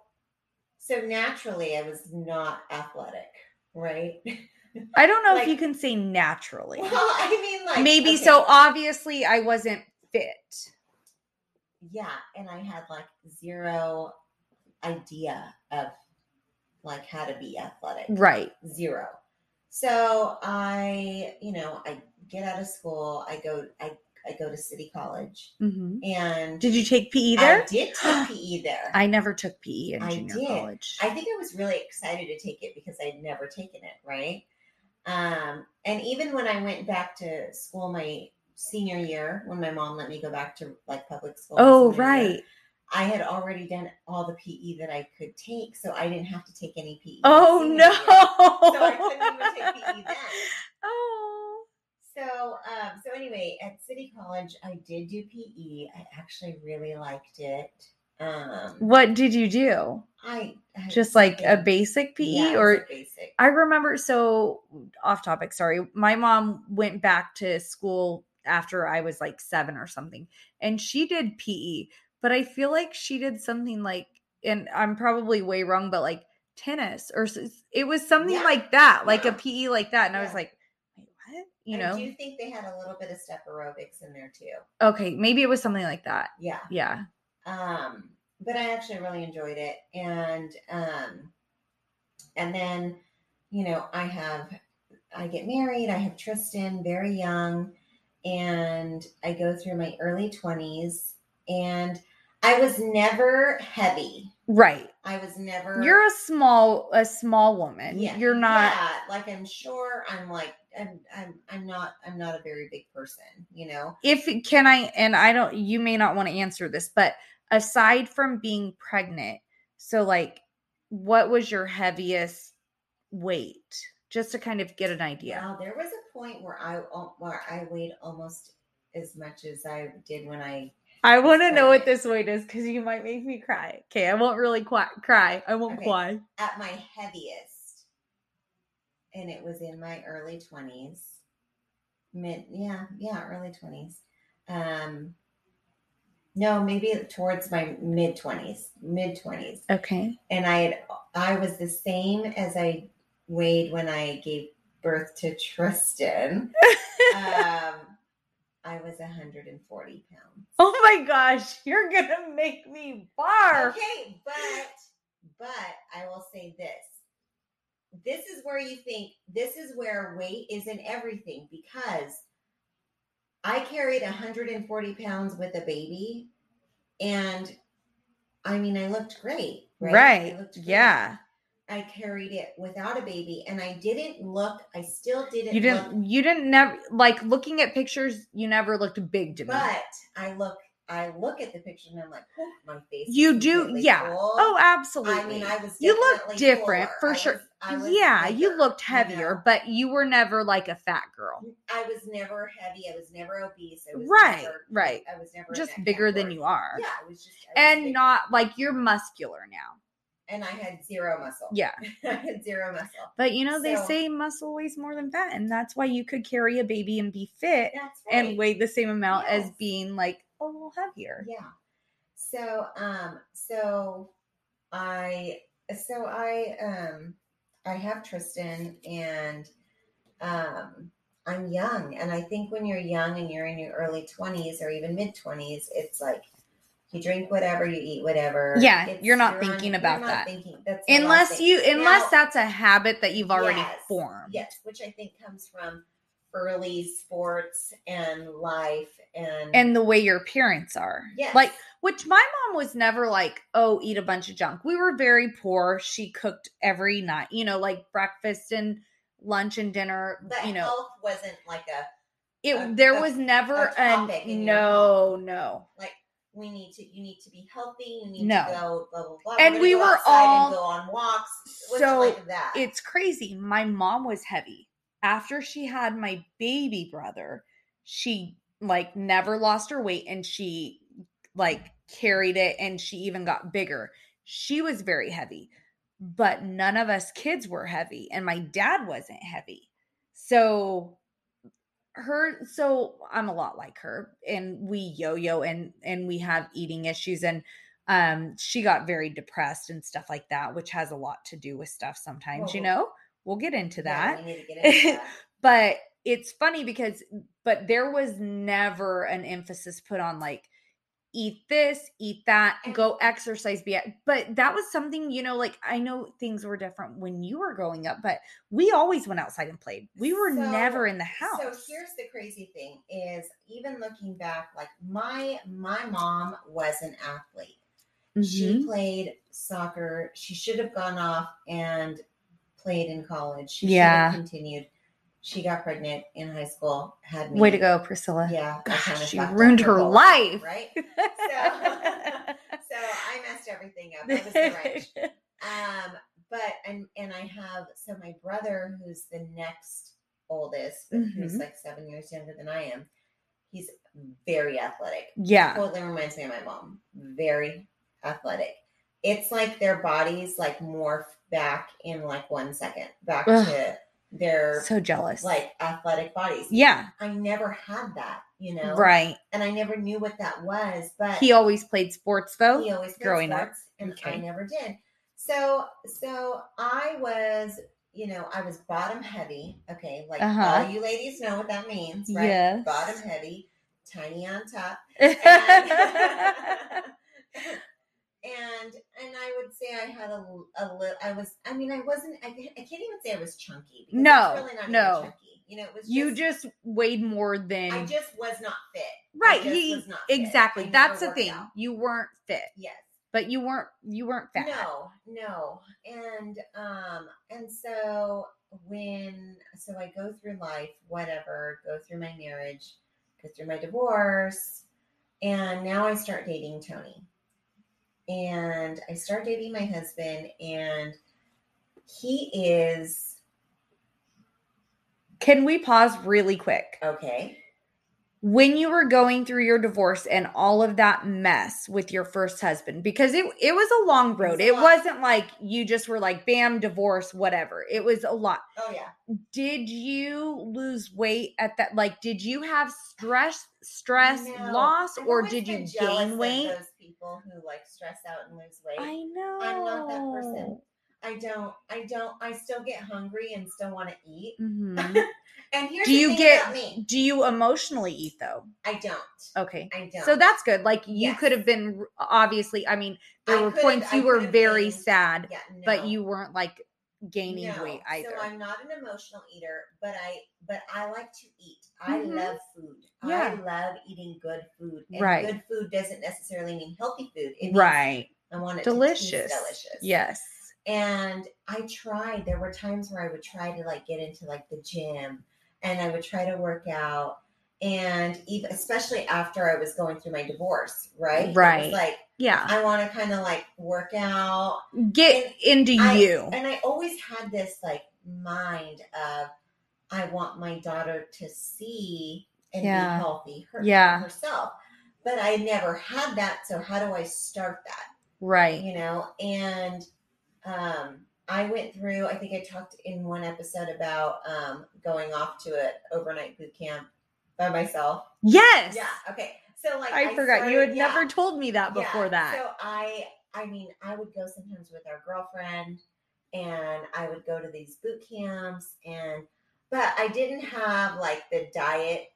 [SPEAKER 2] so naturally, I was not athletic, right?
[SPEAKER 1] I don't know
[SPEAKER 2] like-
[SPEAKER 1] if you can say naturally.
[SPEAKER 2] Well, I mean, like
[SPEAKER 1] Maybe
[SPEAKER 2] okay,
[SPEAKER 1] so obviously I wasn't fit.
[SPEAKER 2] yeah and i had like zero idea of like how to be athletic
[SPEAKER 1] Right.
[SPEAKER 2] zero so i you know i get out of school i go i, I go to city college
[SPEAKER 1] Mm-hmm.
[SPEAKER 2] and
[SPEAKER 1] Did you take PE there?
[SPEAKER 2] i did take pe there I,
[SPEAKER 1] I never took PE in
[SPEAKER 2] E I
[SPEAKER 1] junior
[SPEAKER 2] did.
[SPEAKER 1] college.
[SPEAKER 2] think i was really excited to take it because i'd never taken it right um and even when i went back to school my senior year when my mom let me go back to like public school my
[SPEAKER 1] oh,
[SPEAKER 2] senior year,
[SPEAKER 1] right.
[SPEAKER 2] I had already done all the PE that I could take, so I didn't have to take any PE.
[SPEAKER 1] Oh
[SPEAKER 2] senior
[SPEAKER 1] no.
[SPEAKER 2] year. So I couldn't even take PE then.
[SPEAKER 1] oh.
[SPEAKER 2] So, um, so anyway, at City College, I did do PE. I actually really liked it. Um,
[SPEAKER 1] What did you do?
[SPEAKER 2] I, I
[SPEAKER 1] Just like a
[SPEAKER 2] think-
[SPEAKER 1] basic PE
[SPEAKER 2] yeah, it was
[SPEAKER 1] or
[SPEAKER 2] a basic.
[SPEAKER 1] I remember so off topic, sorry. My mom went back to school after I was like 7 or something and she did PE, but I feel like she did something like and I'm probably way wrong but like tennis or s- it was something
[SPEAKER 2] Yeah.
[SPEAKER 1] like that, like
[SPEAKER 2] Yeah.
[SPEAKER 1] a PE like that and I was
[SPEAKER 2] Yeah.
[SPEAKER 1] like Wait, what? You
[SPEAKER 2] I
[SPEAKER 1] know,
[SPEAKER 2] do think they had a little bit of step aerobics in there too.
[SPEAKER 1] okay, maybe it was something like that.
[SPEAKER 2] Yeah.
[SPEAKER 1] Yeah.
[SPEAKER 2] Um, but I actually really enjoyed it. And um, and then, you know, I have I get married. I have Tristan, very young, and I go through my early twenties. And I was never heavy.
[SPEAKER 1] Right.
[SPEAKER 2] I was never.
[SPEAKER 1] You're a small a small woman. You're not
[SPEAKER 2] yeah, like I'm sure I'm like I'm I'm I'm not I'm not a very big person, you know.
[SPEAKER 1] if can I and I don't you may not want to answer this, but aside from being pregnant, so like what was your heaviest weight? Just to kind of get an idea.
[SPEAKER 2] Now, Uh, there was a point where I al- where I weighed almost as much as I did when I
[SPEAKER 1] I want to know what
[SPEAKER 2] pregnant.
[SPEAKER 1] this weight is because you might make me cry. Okay, I won't really qui- cry. I won't
[SPEAKER 2] Okay.
[SPEAKER 1] cry.
[SPEAKER 2] at my heaviest, and it was in my early twenties, mid yeah yeah early twenties. Um, no, maybe towards my mid twenties, mid twenties.
[SPEAKER 1] Okay.
[SPEAKER 2] and I had, I was the same as I weighed when I gave birth to Tristan. um, I was 140 pounds.
[SPEAKER 1] Oh my gosh, you're gonna make me barf.
[SPEAKER 2] Okay, but but I will say this. This is where you think this is where weight isn't everything because I carried 140 pounds with a baby, and I mean I looked great, right?
[SPEAKER 1] Right.
[SPEAKER 2] I looked great.
[SPEAKER 1] Yeah.
[SPEAKER 2] I carried it without a baby and I didn't look, I still didn't,
[SPEAKER 1] You
[SPEAKER 2] look,
[SPEAKER 1] didn't. You didn't. Never like looking at pictures. You never looked big to me.
[SPEAKER 2] but I look, I look at the picture and I'm like, "Whew, my face. is
[SPEAKER 1] You do-
[SPEAKER 2] completely
[SPEAKER 1] yeah.
[SPEAKER 2] full."
[SPEAKER 1] Oh, absolutely.
[SPEAKER 2] I mean, I was,
[SPEAKER 1] you look
[SPEAKER 2] definitely
[SPEAKER 1] different
[SPEAKER 2] fuller.
[SPEAKER 1] for
[SPEAKER 2] I
[SPEAKER 1] sure.
[SPEAKER 2] was- I was
[SPEAKER 1] yeah, you
[SPEAKER 2] bigger,
[SPEAKER 1] looked
[SPEAKER 2] you know?
[SPEAKER 1] heavier, but you were never like a fat girl.
[SPEAKER 2] I was never heavy. I was never obese. I was
[SPEAKER 1] Right,
[SPEAKER 2] never-
[SPEAKER 1] right.
[SPEAKER 2] I was never in
[SPEAKER 1] Just
[SPEAKER 2] that
[SPEAKER 1] bigger than
[SPEAKER 2] category.
[SPEAKER 1] you are.
[SPEAKER 2] Yeah, I was just, I was
[SPEAKER 1] And
[SPEAKER 2] bigger.
[SPEAKER 1] not like you're muscular now.
[SPEAKER 2] and I had zero muscle.
[SPEAKER 1] Yeah.
[SPEAKER 2] I had zero muscle.
[SPEAKER 1] But you know, they
[SPEAKER 2] So-
[SPEAKER 1] say muscle weighs more than fat, and that's why you could carry a baby and be fit
[SPEAKER 2] That's right.
[SPEAKER 1] and weigh the same amount as
[SPEAKER 2] Yes.
[SPEAKER 1] being like a little heavier.
[SPEAKER 2] Yeah. So um so I so I um I have Tristan and um I'm young and I think when you're young and you're in your early 20s or even mid 20s it's like you drink whatever you eat whatever
[SPEAKER 1] Yeah,
[SPEAKER 2] It's-
[SPEAKER 1] you're not thinking about
[SPEAKER 2] not
[SPEAKER 1] that.
[SPEAKER 2] thinking that's the last
[SPEAKER 1] Unless
[SPEAKER 2] thing.
[SPEAKER 1] you,
[SPEAKER 2] Now-
[SPEAKER 1] unless that's a habit that you've already
[SPEAKER 2] Yes,
[SPEAKER 1] formed.
[SPEAKER 2] yes which I think comes from early sports and life and
[SPEAKER 1] and the way your parents are.
[SPEAKER 2] yes.
[SPEAKER 1] Like, which my mom was never like, oh, eat a bunch of junk. We were very poor. She cooked every night, you know, like breakfast and lunch and dinner.
[SPEAKER 2] but
[SPEAKER 1] you know,
[SPEAKER 2] health wasn't like a
[SPEAKER 1] it
[SPEAKER 2] a-
[SPEAKER 1] there
[SPEAKER 2] a-
[SPEAKER 1] was never
[SPEAKER 2] a
[SPEAKER 1] an
[SPEAKER 2] topic in your
[SPEAKER 1] no, no.
[SPEAKER 2] we need to you need to be healthy you need
[SPEAKER 1] No.
[SPEAKER 2] to go blah blah blah
[SPEAKER 1] And
[SPEAKER 2] We're gonna
[SPEAKER 1] we
[SPEAKER 2] go
[SPEAKER 1] were
[SPEAKER 2] outside
[SPEAKER 1] all-
[SPEAKER 2] and go on walks It wasn't
[SPEAKER 1] So
[SPEAKER 2] like that
[SPEAKER 1] It's crazy. My mom was heavy. After she had my baby brother, she like never lost her weight and she like carried it and she even got bigger. She was very heavy, but none of us kids were heavy and my dad wasn't heavy. So her so I'm a lot like her and we yo-yo and and we have eating issues and um she got very depressed and stuff like that which has a lot to do with stuff sometimes you
[SPEAKER 2] Well,
[SPEAKER 1] know we'll get into
[SPEAKER 2] Yeah,
[SPEAKER 1] that
[SPEAKER 2] we need to get into that.
[SPEAKER 1] but it's funny because but there was never an emphasis put on like eat this eat that
[SPEAKER 2] And-
[SPEAKER 1] go exercise be at, but that was something you know like i know things were different when you were growing up but we always went outside and played we were
[SPEAKER 2] So-
[SPEAKER 1] never in the house
[SPEAKER 2] so here's the crazy thing is even looking back like my my mom was an athlete she
[SPEAKER 1] Mhm.
[SPEAKER 2] played soccer she should have gone off and played in college she
[SPEAKER 1] Yeah.
[SPEAKER 2] should have continued she got pregnant in high school had me
[SPEAKER 1] Mm-hmm. way to go priscilla
[SPEAKER 2] yeah I
[SPEAKER 1] Gosh,
[SPEAKER 2] kinda
[SPEAKER 1] she
[SPEAKER 2] fucked up
[SPEAKER 1] ruined her
[SPEAKER 2] whole
[SPEAKER 1] life.
[SPEAKER 2] right So- So I messed everything up. I was the wrench. Um, but and and I have so my brother, who's the next oldest, but who's
[SPEAKER 1] Mhm.
[SPEAKER 2] like seven years younger than I am. He's very athletic.
[SPEAKER 1] yeah
[SPEAKER 2] Totally reminds me of my mom. Very athletic. It's like their bodies like morph back in like one second, back
[SPEAKER 1] Ugh.
[SPEAKER 2] to their
[SPEAKER 1] so jealous
[SPEAKER 2] like athletic bodies.
[SPEAKER 1] yeah
[SPEAKER 2] I never had that, you know,
[SPEAKER 1] right
[SPEAKER 2] and I never knew what that was. But
[SPEAKER 1] he always played sports though
[SPEAKER 2] he always played
[SPEAKER 1] Oh, growing up.
[SPEAKER 2] sports, and I
[SPEAKER 1] Okay.
[SPEAKER 2] never did. So so I was, you know, I was bottom heavy. Okay, like
[SPEAKER 1] Uh-huh.
[SPEAKER 2] all you ladies know what that means, right?
[SPEAKER 1] Yes.
[SPEAKER 2] Bottom heavy, tiny on top. And,
[SPEAKER 1] and
[SPEAKER 2] and and I would say I had a a little. I was. I mean, I wasn't. I, I can't even say I was chunky. because I was
[SPEAKER 1] No,
[SPEAKER 2] really not even
[SPEAKER 1] no.
[SPEAKER 2] chunky. You know, it was.
[SPEAKER 1] You just weighed more than
[SPEAKER 2] I just was not fit. I
[SPEAKER 1] right.
[SPEAKER 2] just
[SPEAKER 1] you-
[SPEAKER 2] was not fit. I
[SPEAKER 1] exactly.
[SPEAKER 2] never
[SPEAKER 1] That's the
[SPEAKER 2] worked
[SPEAKER 1] thing.
[SPEAKER 2] out.
[SPEAKER 1] You weren't fit,
[SPEAKER 2] Yes.
[SPEAKER 1] but you weren't you weren't fat.
[SPEAKER 2] No, no. And um and so when so I go through life, whatever, go through my marriage, go through my divorce, and now I start dating Tony. And I start dating my husband and he is
[SPEAKER 1] Can we pause really quick?
[SPEAKER 2] okay.
[SPEAKER 1] When you were going through your divorce and all of that mess with your first husband, because it it was a long road.
[SPEAKER 2] a
[SPEAKER 1] It
[SPEAKER 2] lot.
[SPEAKER 1] wasn't like you just were like bam divorce whatever. It was a lot.
[SPEAKER 2] Oh yeah.
[SPEAKER 1] Did you lose weight at that like did you have stress stress
[SPEAKER 2] I know.
[SPEAKER 1] loss
[SPEAKER 2] I've
[SPEAKER 1] or
[SPEAKER 2] always
[SPEAKER 1] did
[SPEAKER 2] been
[SPEAKER 1] you
[SPEAKER 2] jealous
[SPEAKER 1] gain
[SPEAKER 2] of
[SPEAKER 1] weight?
[SPEAKER 2] Those people who like stress out and lose weight.
[SPEAKER 1] I know.
[SPEAKER 2] I'm not that person. I don't. I don't. I still get hungry and still want to eat. Mm-hmm.
[SPEAKER 1] Mhm.
[SPEAKER 2] And here's
[SPEAKER 1] Do
[SPEAKER 2] the
[SPEAKER 1] you
[SPEAKER 2] thing
[SPEAKER 1] get-
[SPEAKER 2] about me.
[SPEAKER 1] Do you emotionally eat though?
[SPEAKER 2] I don't.
[SPEAKER 1] Okay.
[SPEAKER 2] I don't.
[SPEAKER 1] So that's good. Like you
[SPEAKER 2] Yes.
[SPEAKER 1] could have been r- obviously, I mean, there
[SPEAKER 2] I
[SPEAKER 1] were
[SPEAKER 2] could've-
[SPEAKER 1] points
[SPEAKER 2] I
[SPEAKER 1] you were
[SPEAKER 2] could've
[SPEAKER 1] very
[SPEAKER 2] been-
[SPEAKER 1] sad,
[SPEAKER 2] yeah, no,
[SPEAKER 1] but you weren't like gaining
[SPEAKER 2] no.
[SPEAKER 1] weight either.
[SPEAKER 2] So I'm not an emotional eater, but I but I like to eat. I
[SPEAKER 1] Mhm.
[SPEAKER 2] love food.
[SPEAKER 1] Yeah.
[SPEAKER 2] I love eating good food. And
[SPEAKER 1] Right.
[SPEAKER 2] Good food doesn't necessarily mean healthy food. It means
[SPEAKER 1] right.
[SPEAKER 2] I want it To
[SPEAKER 1] Delicious.
[SPEAKER 2] taste delicious.
[SPEAKER 1] Yes.
[SPEAKER 2] And I tried. There were times where I would try to like get into like the gym, and I would try to work out. And even especially after I was going through my divorce, right? It was
[SPEAKER 1] Right.
[SPEAKER 2] like
[SPEAKER 1] Yeah.
[SPEAKER 2] I want to kind of like work out.
[SPEAKER 1] Get into
[SPEAKER 2] I-
[SPEAKER 1] you.
[SPEAKER 2] And I always had this like mind of I want my daughter to see and
[SPEAKER 1] Yeah.
[SPEAKER 2] be healthy her-
[SPEAKER 1] Yeah.
[SPEAKER 2] herself. But I never had that. So how do I start that?
[SPEAKER 1] right.
[SPEAKER 2] You know, and um I went through, I think I talked in one episode about um going off to an overnight boot camp by myself.
[SPEAKER 1] Yes.
[SPEAKER 2] Yeah. Okay. So like
[SPEAKER 1] I, forgot. you
[SPEAKER 2] started-
[SPEAKER 1] had
[SPEAKER 2] yeah.
[SPEAKER 1] never told me that
[SPEAKER 2] Yeah,
[SPEAKER 1] before that.
[SPEAKER 2] So I I mean, I would go sometimes with our girlfriend and I would go to these boot camps and but I didn't have like the diet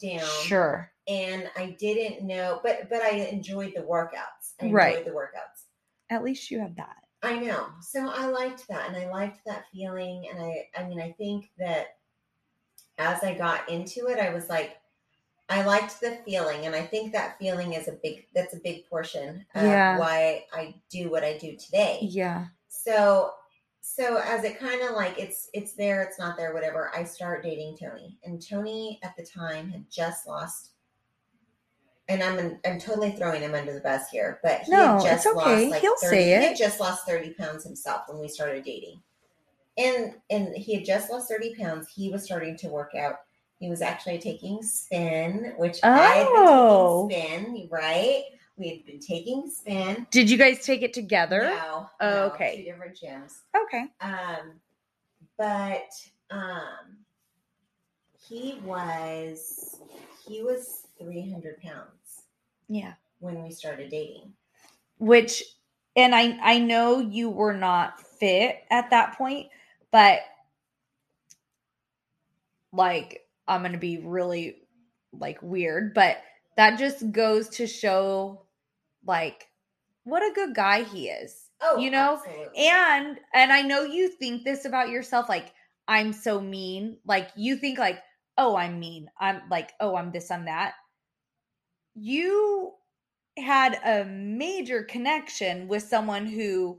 [SPEAKER 2] down
[SPEAKER 1] Sure.
[SPEAKER 2] and I didn't know but but I enjoyed the workouts. I enjoyed
[SPEAKER 1] Right.
[SPEAKER 2] the workouts.
[SPEAKER 1] At least you had that.
[SPEAKER 2] I know. So I liked that and I liked that feeling and I I mean I think that as I got into it I was like I liked the feeling and I think that feeling is a big that's a big portion of
[SPEAKER 1] Yeah.
[SPEAKER 2] why I do what I do today.
[SPEAKER 1] Yeah.
[SPEAKER 2] So so as it kind of like it's it's there it's not there whatever I start dating Tony and Tony at the time had just lost and I'm I'm totally throwing him under the bus here but he
[SPEAKER 1] No,
[SPEAKER 2] had just
[SPEAKER 1] it's okay.
[SPEAKER 2] lost like
[SPEAKER 1] He'll
[SPEAKER 2] 30,
[SPEAKER 1] say
[SPEAKER 2] he
[SPEAKER 1] it.
[SPEAKER 2] had just lost 30 pounds himself when we started dating and and he had just lost 30 pounds he was starting to work out he was actually taking spin which
[SPEAKER 1] Oh.
[SPEAKER 2] I had been taking spin right we had been taking spin
[SPEAKER 1] Did you guys take it together?
[SPEAKER 2] no,
[SPEAKER 1] Oh,
[SPEAKER 2] no,
[SPEAKER 1] okay.
[SPEAKER 2] two different gyms
[SPEAKER 1] Okay.
[SPEAKER 2] um, but um, he was he was three hundred pounds
[SPEAKER 1] Yeah.
[SPEAKER 2] when we started dating.
[SPEAKER 1] Which and I I know you were not fit at that point, but like I'm going to be really like weird, but that just goes to show like what a good guy he is.
[SPEAKER 2] Oh,
[SPEAKER 1] You know,
[SPEAKER 2] absolutely.
[SPEAKER 1] And and I know you think this about yourself like I'm so mean. Like you think like, "Oh, I'm mean. I'm like, oh, I'm this, I'm that." You had a major connection with someone who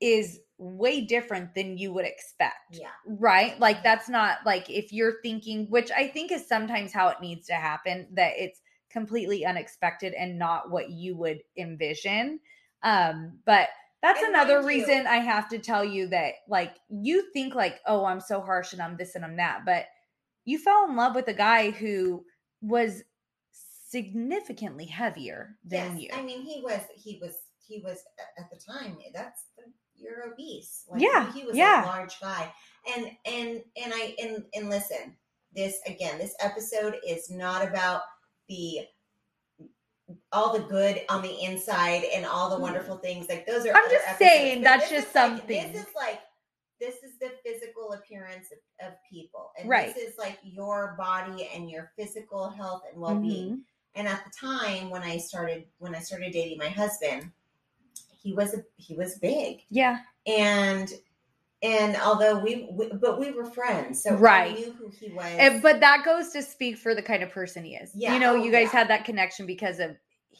[SPEAKER 1] is way different than you would expect.
[SPEAKER 2] yeah,
[SPEAKER 1] Right? Like
[SPEAKER 2] Yeah.
[SPEAKER 1] that's not like if you're thinking, which I think is sometimes how it needs to happen, that it's completely unexpected and not what you would envision. Um, but that's
[SPEAKER 2] And
[SPEAKER 1] another
[SPEAKER 2] mind you-
[SPEAKER 1] reason I have to tell you that like you think like, oh, I'm so harsh and I'm this and I'm that, but you fell in love with a guy who was significantly heavier than
[SPEAKER 2] yes.
[SPEAKER 1] you.
[SPEAKER 2] I mean, he was he was he was a- at the time. That's you're obese.
[SPEAKER 1] Yeah,
[SPEAKER 2] he was
[SPEAKER 1] yeah.
[SPEAKER 2] a large guy. And and and I and and listen. This again. This episode is not about the all the good on the inside and all the wonderful things. Like those are.
[SPEAKER 1] Mm-hmm. I'm
[SPEAKER 2] other
[SPEAKER 1] just
[SPEAKER 2] episodes,
[SPEAKER 1] saying
[SPEAKER 2] but
[SPEAKER 1] that's
[SPEAKER 2] this
[SPEAKER 1] just
[SPEAKER 2] is like-
[SPEAKER 1] something.
[SPEAKER 2] this is like this is the physical appearance of, of people, and
[SPEAKER 1] Right.
[SPEAKER 2] this is like your body and your physical health and well being.
[SPEAKER 1] Mhm.
[SPEAKER 2] And at the time when I started when I started dating my husband, he was a, he was big
[SPEAKER 1] Yeah.
[SPEAKER 2] and and although we, we but we were friends so
[SPEAKER 1] Right.
[SPEAKER 2] I knew who he was
[SPEAKER 1] And- Eh, but that goes to speak for the kind of person he is.
[SPEAKER 2] Yeah.
[SPEAKER 1] You know,
[SPEAKER 2] Oh,
[SPEAKER 1] you guys
[SPEAKER 2] yeah.
[SPEAKER 1] had that connection because of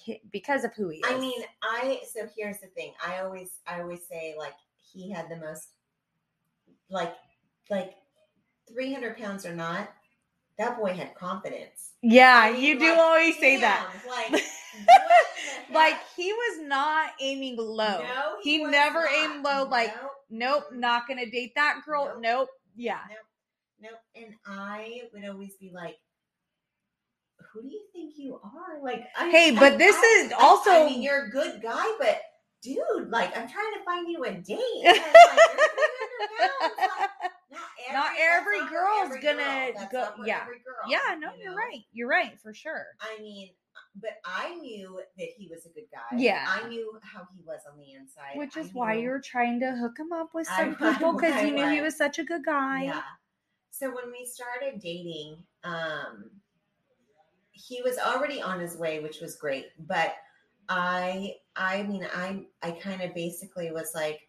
[SPEAKER 1] hi- because of who he is.
[SPEAKER 2] I mean, I so here's the thing. I always I always say like he had the most like like 300 pounds or not, that boy had confidence.
[SPEAKER 1] yeah,
[SPEAKER 2] I mean,
[SPEAKER 1] you do
[SPEAKER 2] like,
[SPEAKER 1] always say
[SPEAKER 2] Damn,
[SPEAKER 1] that.
[SPEAKER 2] Like what the
[SPEAKER 1] Like
[SPEAKER 2] heck?
[SPEAKER 1] he was not aiming low.
[SPEAKER 2] No,
[SPEAKER 1] he
[SPEAKER 2] was
[SPEAKER 1] never
[SPEAKER 2] not.
[SPEAKER 1] aimed low, like-
[SPEAKER 2] Nope.
[SPEAKER 1] Nope, not gonna date that girl.
[SPEAKER 2] Nope.
[SPEAKER 1] Nope. Yeah.
[SPEAKER 2] Nope. And I would always be like, who do you think you are? Like, I,
[SPEAKER 1] Hey,
[SPEAKER 2] I-
[SPEAKER 1] but this
[SPEAKER 2] I-
[SPEAKER 1] is
[SPEAKER 2] I-
[SPEAKER 1] also-
[SPEAKER 2] I mean, you're a good guy, but dude, like, I'm trying to find you a date. And I'm like, "You're 300 pounds." Like,
[SPEAKER 1] Not
[SPEAKER 2] that's
[SPEAKER 1] every
[SPEAKER 2] not for
[SPEAKER 1] girl's
[SPEAKER 2] every
[SPEAKER 1] gonna
[SPEAKER 2] That's
[SPEAKER 1] go-
[SPEAKER 2] not for
[SPEAKER 1] yeah.
[SPEAKER 2] every girl,
[SPEAKER 1] Yeah, no,
[SPEAKER 2] you
[SPEAKER 1] you are
[SPEAKER 2] know?
[SPEAKER 1] right. You're right for sure.
[SPEAKER 2] I mean, but I knew that he was a good guy.
[SPEAKER 1] Yeah.
[SPEAKER 2] I knew how he was on the inside.
[SPEAKER 1] Which
[SPEAKER 2] I
[SPEAKER 1] is why
[SPEAKER 2] knew-
[SPEAKER 1] you were trying to hook him up with
[SPEAKER 2] I
[SPEAKER 1] some
[SPEAKER 2] was-
[SPEAKER 1] people because
[SPEAKER 2] I
[SPEAKER 1] you knew he
[SPEAKER 2] was.
[SPEAKER 1] was such a good guy.
[SPEAKER 2] Yeah. So when we started dating, um, he was already on his way, which was great. But I, I mean, I, I kind of basically was like,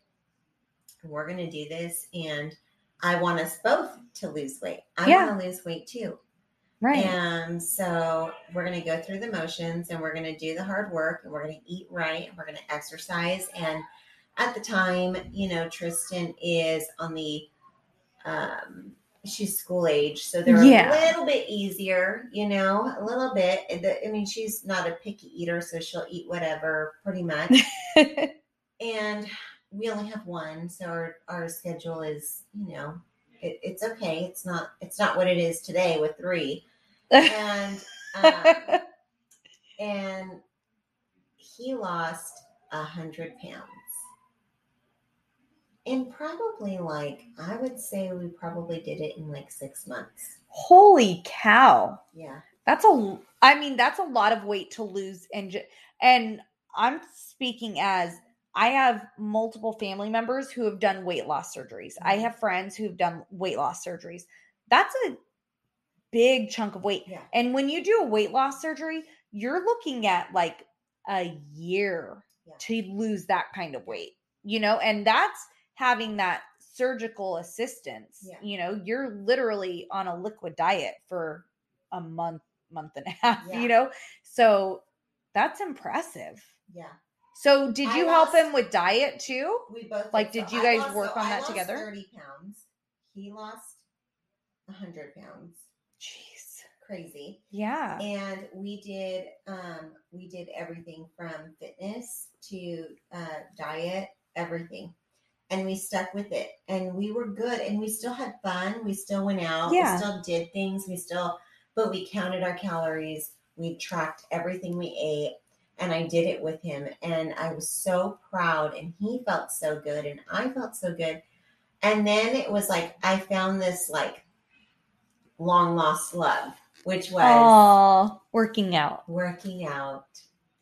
[SPEAKER 2] we're gonna do this, and I want us both to lose weight. I
[SPEAKER 1] Yeah.
[SPEAKER 2] want to lose weight too.
[SPEAKER 1] Right.
[SPEAKER 2] And so we're gonna go through the motions, and we're gonna do the hard work, and we're gonna eat right, and we're gonna exercise. And at the time, you know, Tristan is on the um, she's school age, so they're
[SPEAKER 1] Yeah.
[SPEAKER 2] a little bit easier, you know, a little bit. And the- I mean, she's not a picky eater, so she'll eat whatever pretty much. and we only have one, so our, our schedule is, you know, it, it's okay. It's not it's not what it is today with three. And um, and he lost a hundred pounds and probably like i would say we probably did it in like six months
[SPEAKER 1] Holy cow.
[SPEAKER 2] yeah
[SPEAKER 1] That's a I mean that's a lot of weight to lose and ju- and I'm speaking as I have multiple family members who have done weight loss surgeries. I
[SPEAKER 2] Mhm.
[SPEAKER 1] have friends who've done weight loss surgeries. That's a big chunk of weight.
[SPEAKER 2] yeah
[SPEAKER 1] And when you do a weight loss surgery, you're looking at like a year
[SPEAKER 2] Yeah.
[SPEAKER 1] to lose that kind of weight, you know, and that's having that surgical assistance.
[SPEAKER 2] Yeah.
[SPEAKER 1] You know, you're literally on a liquid diet for a month, month and a half,
[SPEAKER 2] Yeah.
[SPEAKER 1] you know, so that's impressive.
[SPEAKER 2] yeah
[SPEAKER 1] So, did
[SPEAKER 2] I
[SPEAKER 1] you help him
[SPEAKER 2] lost-
[SPEAKER 1] with diet too?
[SPEAKER 2] we both
[SPEAKER 1] Like, did you guys work on
[SPEAKER 2] I
[SPEAKER 1] that
[SPEAKER 2] lost
[SPEAKER 1] together?
[SPEAKER 2] 30 pounds he lost 100 pounds
[SPEAKER 1] Jeez.
[SPEAKER 2] crazy
[SPEAKER 1] Yeah.
[SPEAKER 2] and we did um we did everything from fitness to uh diet everything and we stuck with it and we were good and we still had fun we still went out
[SPEAKER 1] Yeah.
[SPEAKER 2] we still did things we still but we counted our calories we tracked everything we ate and i did it with him and i was so proud and he felt so good and i felt so good and then it was like i found this like long lost love which was
[SPEAKER 1] Oh, working out.
[SPEAKER 2] working out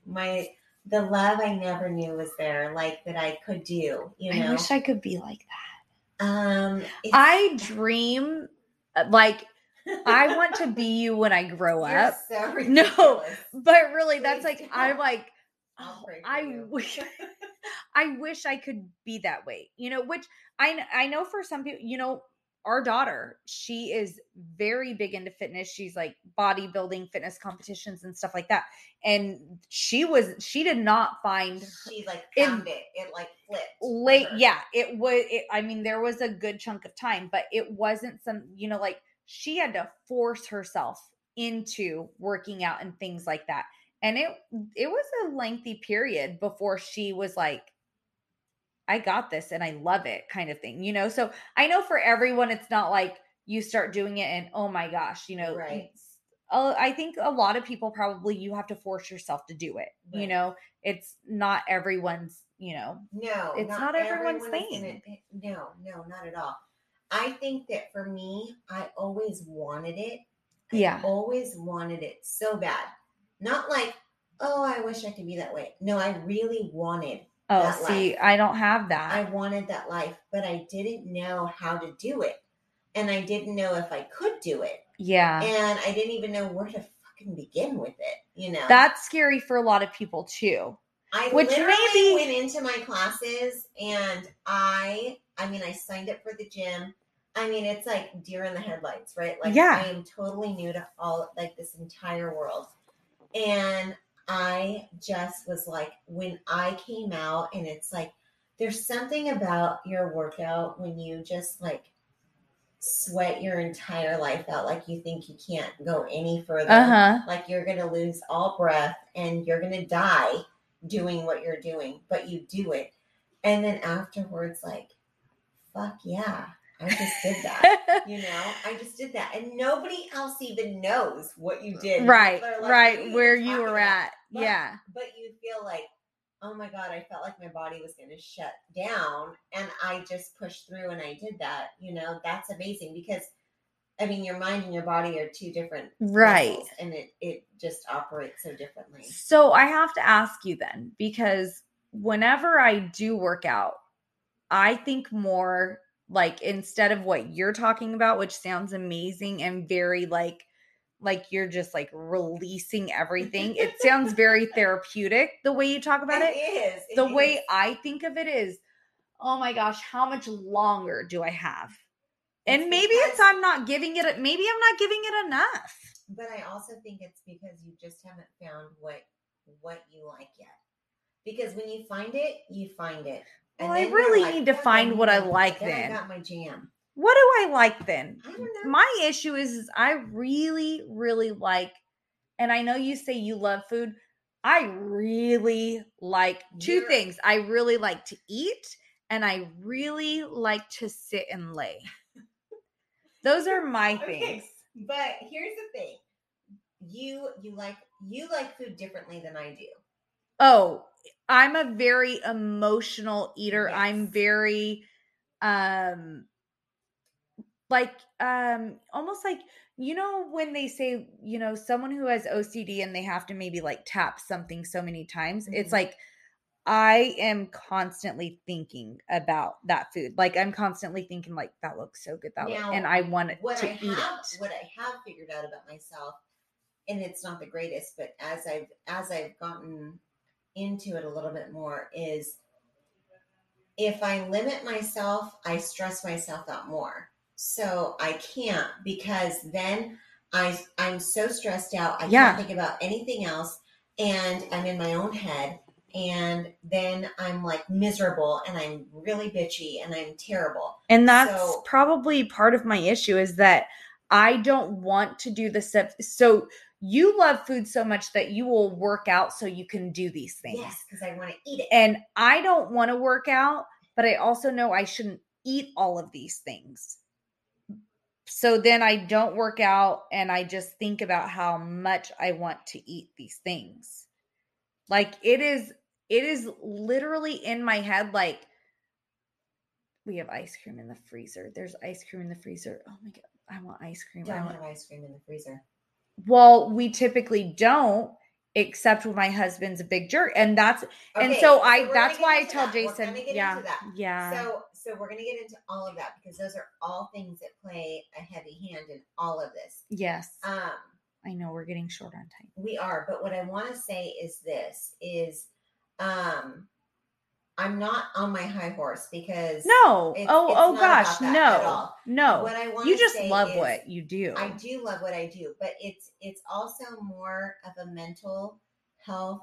[SPEAKER 2] my the love i never knew was there like that i could do you know
[SPEAKER 1] I wish I could be like that.
[SPEAKER 2] um it's-
[SPEAKER 1] I dream uh, like I want to be you when I grow
[SPEAKER 2] you're
[SPEAKER 1] up.
[SPEAKER 2] so
[SPEAKER 1] No.
[SPEAKER 2] ridiculous.
[SPEAKER 1] But really that's
[SPEAKER 2] Please
[SPEAKER 1] like I'm
[SPEAKER 2] don't.
[SPEAKER 1] like
[SPEAKER 2] I'll
[SPEAKER 1] oh,
[SPEAKER 2] pray for
[SPEAKER 1] I
[SPEAKER 2] you.
[SPEAKER 1] wish I wish I could be that way. You know, which I kn- I know for some people, you know, our daughter, she is very big into fitness. She's like bodybuilding, fitness competitions and stuff like that. And she was she did not find
[SPEAKER 2] she like
[SPEAKER 1] It-
[SPEAKER 2] found it it like flipped for
[SPEAKER 1] late
[SPEAKER 2] her.
[SPEAKER 1] yeah it was it, i mean there was a good chunk of time but it wasn't some you know like she had to force herself into working out and things like that and it it was a lengthy period before she was like i got this and i love it kind of thing you know so i know for everyone it's not like you start doing it and oh my gosh you know
[SPEAKER 2] Right.
[SPEAKER 1] it's- oh, i think a lot of people probably you have to force yourself to do it you
[SPEAKER 2] Right.
[SPEAKER 1] know it's not everyone's you know
[SPEAKER 2] no
[SPEAKER 1] It's not everyone's
[SPEAKER 2] everyone is
[SPEAKER 1] thing.
[SPEAKER 2] gonna- no no not at all i think that for me i always wanted it I
[SPEAKER 1] Yeah.
[SPEAKER 2] always wanted it so bad not like oh i wish i could be that way no i really wanted
[SPEAKER 1] Oh,
[SPEAKER 2] that
[SPEAKER 1] see,
[SPEAKER 2] life.
[SPEAKER 1] I don't have that.
[SPEAKER 2] I wanted that life, but I didn't know how to do it. And I didn't know if I could do it.
[SPEAKER 1] yeah.
[SPEAKER 2] And I didn't even know where to fucking begin with it, you know?
[SPEAKER 1] That's scary for a lot of people too.
[SPEAKER 2] I
[SPEAKER 1] Which
[SPEAKER 2] literally
[SPEAKER 1] maybe-
[SPEAKER 2] went into my classes and I I mean I signed up for the gym. I mean it's like deer in the headlights, right? Like
[SPEAKER 1] Yeah.
[SPEAKER 2] I am totally new to all like this entire world. And I just was like when I came out and it's like there's something about your workout when you just like sweat your entire life out like you think you can't go any further
[SPEAKER 1] Uh huh.
[SPEAKER 2] like you're going to lose all breath and you're going to die doing what you're doing, but you do it. And then afterwards, like, fuck yeah, I just did that.
[SPEAKER 1] Uh-huh.
[SPEAKER 2] you know, I just did that. And nobody else even knows what you did.
[SPEAKER 1] right.
[SPEAKER 2] People are like, "What are
[SPEAKER 1] right.
[SPEAKER 2] even
[SPEAKER 1] Where you
[SPEAKER 2] talking
[SPEAKER 1] were
[SPEAKER 2] about?"
[SPEAKER 1] at.
[SPEAKER 2] But-
[SPEAKER 1] yeah.
[SPEAKER 2] But you feel like, oh my God, I felt like my body was going to shut down. And I just pushed through and I did that. You know, that's amazing because, I mean, your mind and your body are two different
[SPEAKER 1] Right.
[SPEAKER 2] muscles, and it it just operates so differently
[SPEAKER 1] So I have to ask you then, because whenever I do work out, I think more like instead of what you're talking about, which sounds amazing and very like, like you're just like releasing everything. It sounds very therapeutic the way you talk about it.
[SPEAKER 2] is it
[SPEAKER 1] The
[SPEAKER 2] is.
[SPEAKER 1] way I think of it is, oh my gosh, how much longer do I have?
[SPEAKER 2] It's
[SPEAKER 1] And maybe it's
[SPEAKER 2] because-
[SPEAKER 1] I'm not giving it, maybe I'm not giving it enough.
[SPEAKER 2] but i also think it's because you just haven't found what what you like yet because when you find it you find it
[SPEAKER 1] Well, I
[SPEAKER 2] then you're
[SPEAKER 1] really need to
[SPEAKER 2] "Oh,
[SPEAKER 1] find what I
[SPEAKER 2] man,
[SPEAKER 1] like
[SPEAKER 2] I
[SPEAKER 1] then."
[SPEAKER 2] got my jam
[SPEAKER 1] What do I like then?
[SPEAKER 2] i don't know
[SPEAKER 1] my issue is, is I really, really like, and I know you say you love food. I really like 2
[SPEAKER 2] You're-
[SPEAKER 1] things. I really like to eat, and I really like to sit and lay. Those are my
[SPEAKER 2] Okay.
[SPEAKER 1] things.
[SPEAKER 2] but here's the thing you you like you like food differently than i do
[SPEAKER 1] Oh, I'm a very emotional eater. I'm
[SPEAKER 2] Yes.
[SPEAKER 1] very um like um almost like you know when they say, you know, someone who has OCD and they have to maybe like tap something so many times,
[SPEAKER 2] Mhm.
[SPEAKER 1] it's like I am constantly thinking about that food. Like I'm constantly thinking like that looks so good that look,
[SPEAKER 2] Now,
[SPEAKER 1] and I want it
[SPEAKER 2] what
[SPEAKER 1] to
[SPEAKER 2] I
[SPEAKER 1] eat
[SPEAKER 2] have,
[SPEAKER 1] it.
[SPEAKER 2] what I have figured out about myself, and it's not the greatest, but as I've as I've gotten into it a little bit more, is if I limit myself, I stress myself out more. So I can't because then I I'm so stressed out. I
[SPEAKER 1] Yeah.
[SPEAKER 2] can't think about anything else, and I'm in my own head. And then I'm like miserable, and I'm really bitchy, and I'm terrible.
[SPEAKER 1] And that's
[SPEAKER 2] So-
[SPEAKER 1] probably part of my issue is that I don't want to do the stuff. So you love food so much that you will work out so you can do these things.
[SPEAKER 2] Yes, because I want to eat it.
[SPEAKER 1] And I don't want to work out, but I also know I shouldn't eat all of these things. So then I don't work out and I just think about how much I want to eat these things. Like it is it is literally in my head like we have ice cream in the freezer. There's ice cream in the freezer. Oh my god, I want ice cream. I
[SPEAKER 2] Don't
[SPEAKER 1] want
[SPEAKER 2] have ice cream in the freezer.
[SPEAKER 1] well, we typically don't, except when my husband's a big jerk. And that's and
[SPEAKER 2] Okay,
[SPEAKER 1] so I
[SPEAKER 2] we're
[SPEAKER 1] that's
[SPEAKER 2] gonna get
[SPEAKER 1] why I
[SPEAKER 2] into
[SPEAKER 1] tell
[SPEAKER 2] that. We're
[SPEAKER 1] Jason.
[SPEAKER 2] gonna get
[SPEAKER 1] yeah.
[SPEAKER 2] into that.
[SPEAKER 1] Yeah.
[SPEAKER 2] So so we're gonna get into all of that because those are all things that play a heavy hand in all of this.
[SPEAKER 1] yes.
[SPEAKER 2] Um,
[SPEAKER 1] I know we're getting short on time.
[SPEAKER 2] we are, but what I want to say is this: is um, I'm not on my high horse because
[SPEAKER 1] No.
[SPEAKER 2] it's-
[SPEAKER 1] oh,
[SPEAKER 2] it's
[SPEAKER 1] oh
[SPEAKER 2] not
[SPEAKER 1] gosh.
[SPEAKER 2] about that at
[SPEAKER 1] No.
[SPEAKER 2] all. what
[SPEAKER 1] No.
[SPEAKER 2] I want
[SPEAKER 1] You just
[SPEAKER 2] say
[SPEAKER 1] love
[SPEAKER 2] is
[SPEAKER 1] what you do.
[SPEAKER 2] I do love what I do, but it's it's also more of a mental health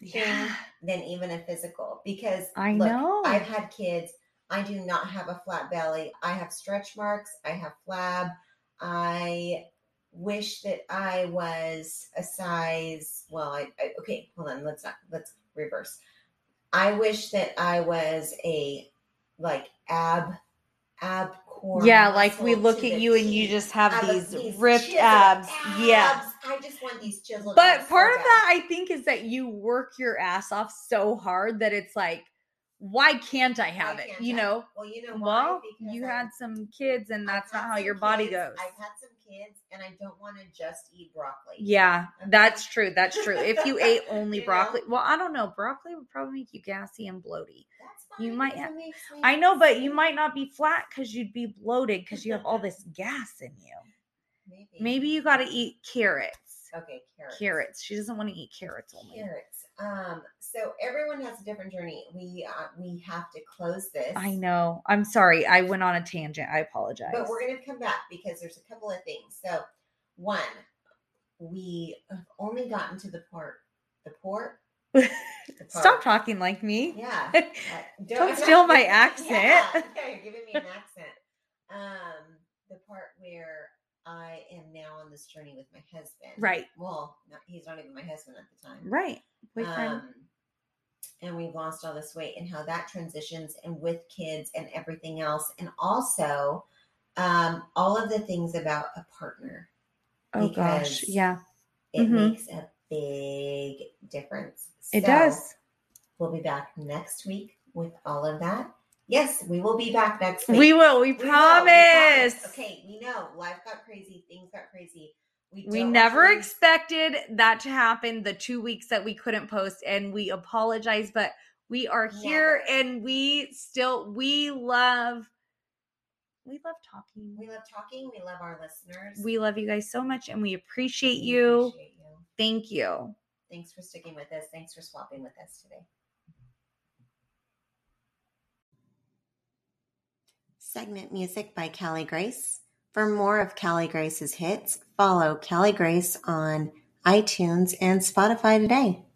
[SPEAKER 1] yeah.
[SPEAKER 2] than even a physical because
[SPEAKER 1] I
[SPEAKER 2] look,
[SPEAKER 1] know.
[SPEAKER 2] I've had kids. I do not have a flat belly. I have stretch marks. I have flab. I wish that I was a size. Well, I, I okay. Hold on. Let's not. Let's reverse. I wish that I was a like ab ab core.
[SPEAKER 1] yeah, like we
[SPEAKER 2] muscle
[SPEAKER 1] look
[SPEAKER 2] to
[SPEAKER 1] at
[SPEAKER 2] the
[SPEAKER 1] you and you
[SPEAKER 2] T.
[SPEAKER 1] just
[SPEAKER 2] I
[SPEAKER 1] have
[SPEAKER 2] have
[SPEAKER 1] these,
[SPEAKER 2] these
[SPEAKER 1] ripped
[SPEAKER 2] chiseled
[SPEAKER 1] abs. Yeah.
[SPEAKER 2] abs. I just want these chiseled. abs
[SPEAKER 1] But
[SPEAKER 2] so
[SPEAKER 1] part of
[SPEAKER 2] bad.
[SPEAKER 1] that, I think, is that you work your ass off so hard that it's like, why can't I have it?
[SPEAKER 2] can't
[SPEAKER 1] You
[SPEAKER 2] I?
[SPEAKER 1] know,
[SPEAKER 2] Well, you know why?
[SPEAKER 1] well,
[SPEAKER 2] Because
[SPEAKER 1] you
[SPEAKER 2] I-
[SPEAKER 1] had some kids, and
[SPEAKER 2] I've
[SPEAKER 1] that's not
[SPEAKER 2] had
[SPEAKER 1] how
[SPEAKER 2] some
[SPEAKER 1] your body
[SPEAKER 2] kids-
[SPEAKER 1] goes.
[SPEAKER 2] I've had some kids, and I don't want to just eat broccoli.
[SPEAKER 1] Yeah,
[SPEAKER 2] Okay.
[SPEAKER 1] that's true. That's true. If you ate only
[SPEAKER 2] You know?
[SPEAKER 1] broccoli, well, I don't know. Broccoli would probably make you gassy and bloaty.
[SPEAKER 2] That's
[SPEAKER 1] You
[SPEAKER 2] fine,
[SPEAKER 1] might
[SPEAKER 2] it
[SPEAKER 1] have-
[SPEAKER 2] makes me
[SPEAKER 1] I know, but you
[SPEAKER 2] sick.
[SPEAKER 1] might not be flat because you'd be bloated because you have all this gas in you.
[SPEAKER 2] Maybe.
[SPEAKER 1] Maybe you got to eat carrots.
[SPEAKER 2] Okay, carrots.
[SPEAKER 1] Carrots. She doesn't want to eat carrots only.
[SPEAKER 2] Carrots. Um, so everyone has a different journey. We uh, we have to close this.
[SPEAKER 1] I know. I'm sorry. I went on a tangent. I apologize.
[SPEAKER 2] But we're going to come back because there's a couple of things. So, one, we have only gotten to the part, the port. the part.
[SPEAKER 1] Stop talking like me.
[SPEAKER 2] Yeah. Uh,
[SPEAKER 1] Don't steal my
[SPEAKER 2] Yeah,
[SPEAKER 1] accent.
[SPEAKER 2] yeah, you're giving me an accent. Um, the part where I am now on this journey with my husband.
[SPEAKER 1] Right.
[SPEAKER 2] Well, not, he's not even my husband at the time.
[SPEAKER 1] Right. Boyfriend.
[SPEAKER 2] Um, and we've lost all this weight and how that transitions and with kids and everything else. And also um, all of the things about a partner.
[SPEAKER 1] oh gosh.
[SPEAKER 2] because
[SPEAKER 1] Yeah.
[SPEAKER 2] It
[SPEAKER 1] Mhm.
[SPEAKER 2] makes a big difference.
[SPEAKER 1] It
[SPEAKER 2] So,
[SPEAKER 1] does.
[SPEAKER 2] We'll be back next week with all of that. Yes, we will be back next week.
[SPEAKER 1] We will. We
[SPEAKER 2] We will, we promise.
[SPEAKER 1] promise.
[SPEAKER 2] Okay, we know life got crazy, things got crazy. We,
[SPEAKER 1] We
[SPEAKER 2] don't
[SPEAKER 1] never
[SPEAKER 2] actually-
[SPEAKER 1] expected that to happen the two weeks that we couldn't post, and we apologize, but we are here
[SPEAKER 2] Never.
[SPEAKER 1] and we still we love we love talking.
[SPEAKER 2] We love talking. We love our listeners.
[SPEAKER 1] We love you guys so much and we appreciate
[SPEAKER 2] We
[SPEAKER 1] you.
[SPEAKER 2] appreciate you.
[SPEAKER 1] Thank you.
[SPEAKER 2] Thanks for sticking with us. Thanks for swapping with us today. Segment music by Callie Grace. For more of Callie Grace's hits, follow Callie Grace on iTunes and Spotify today.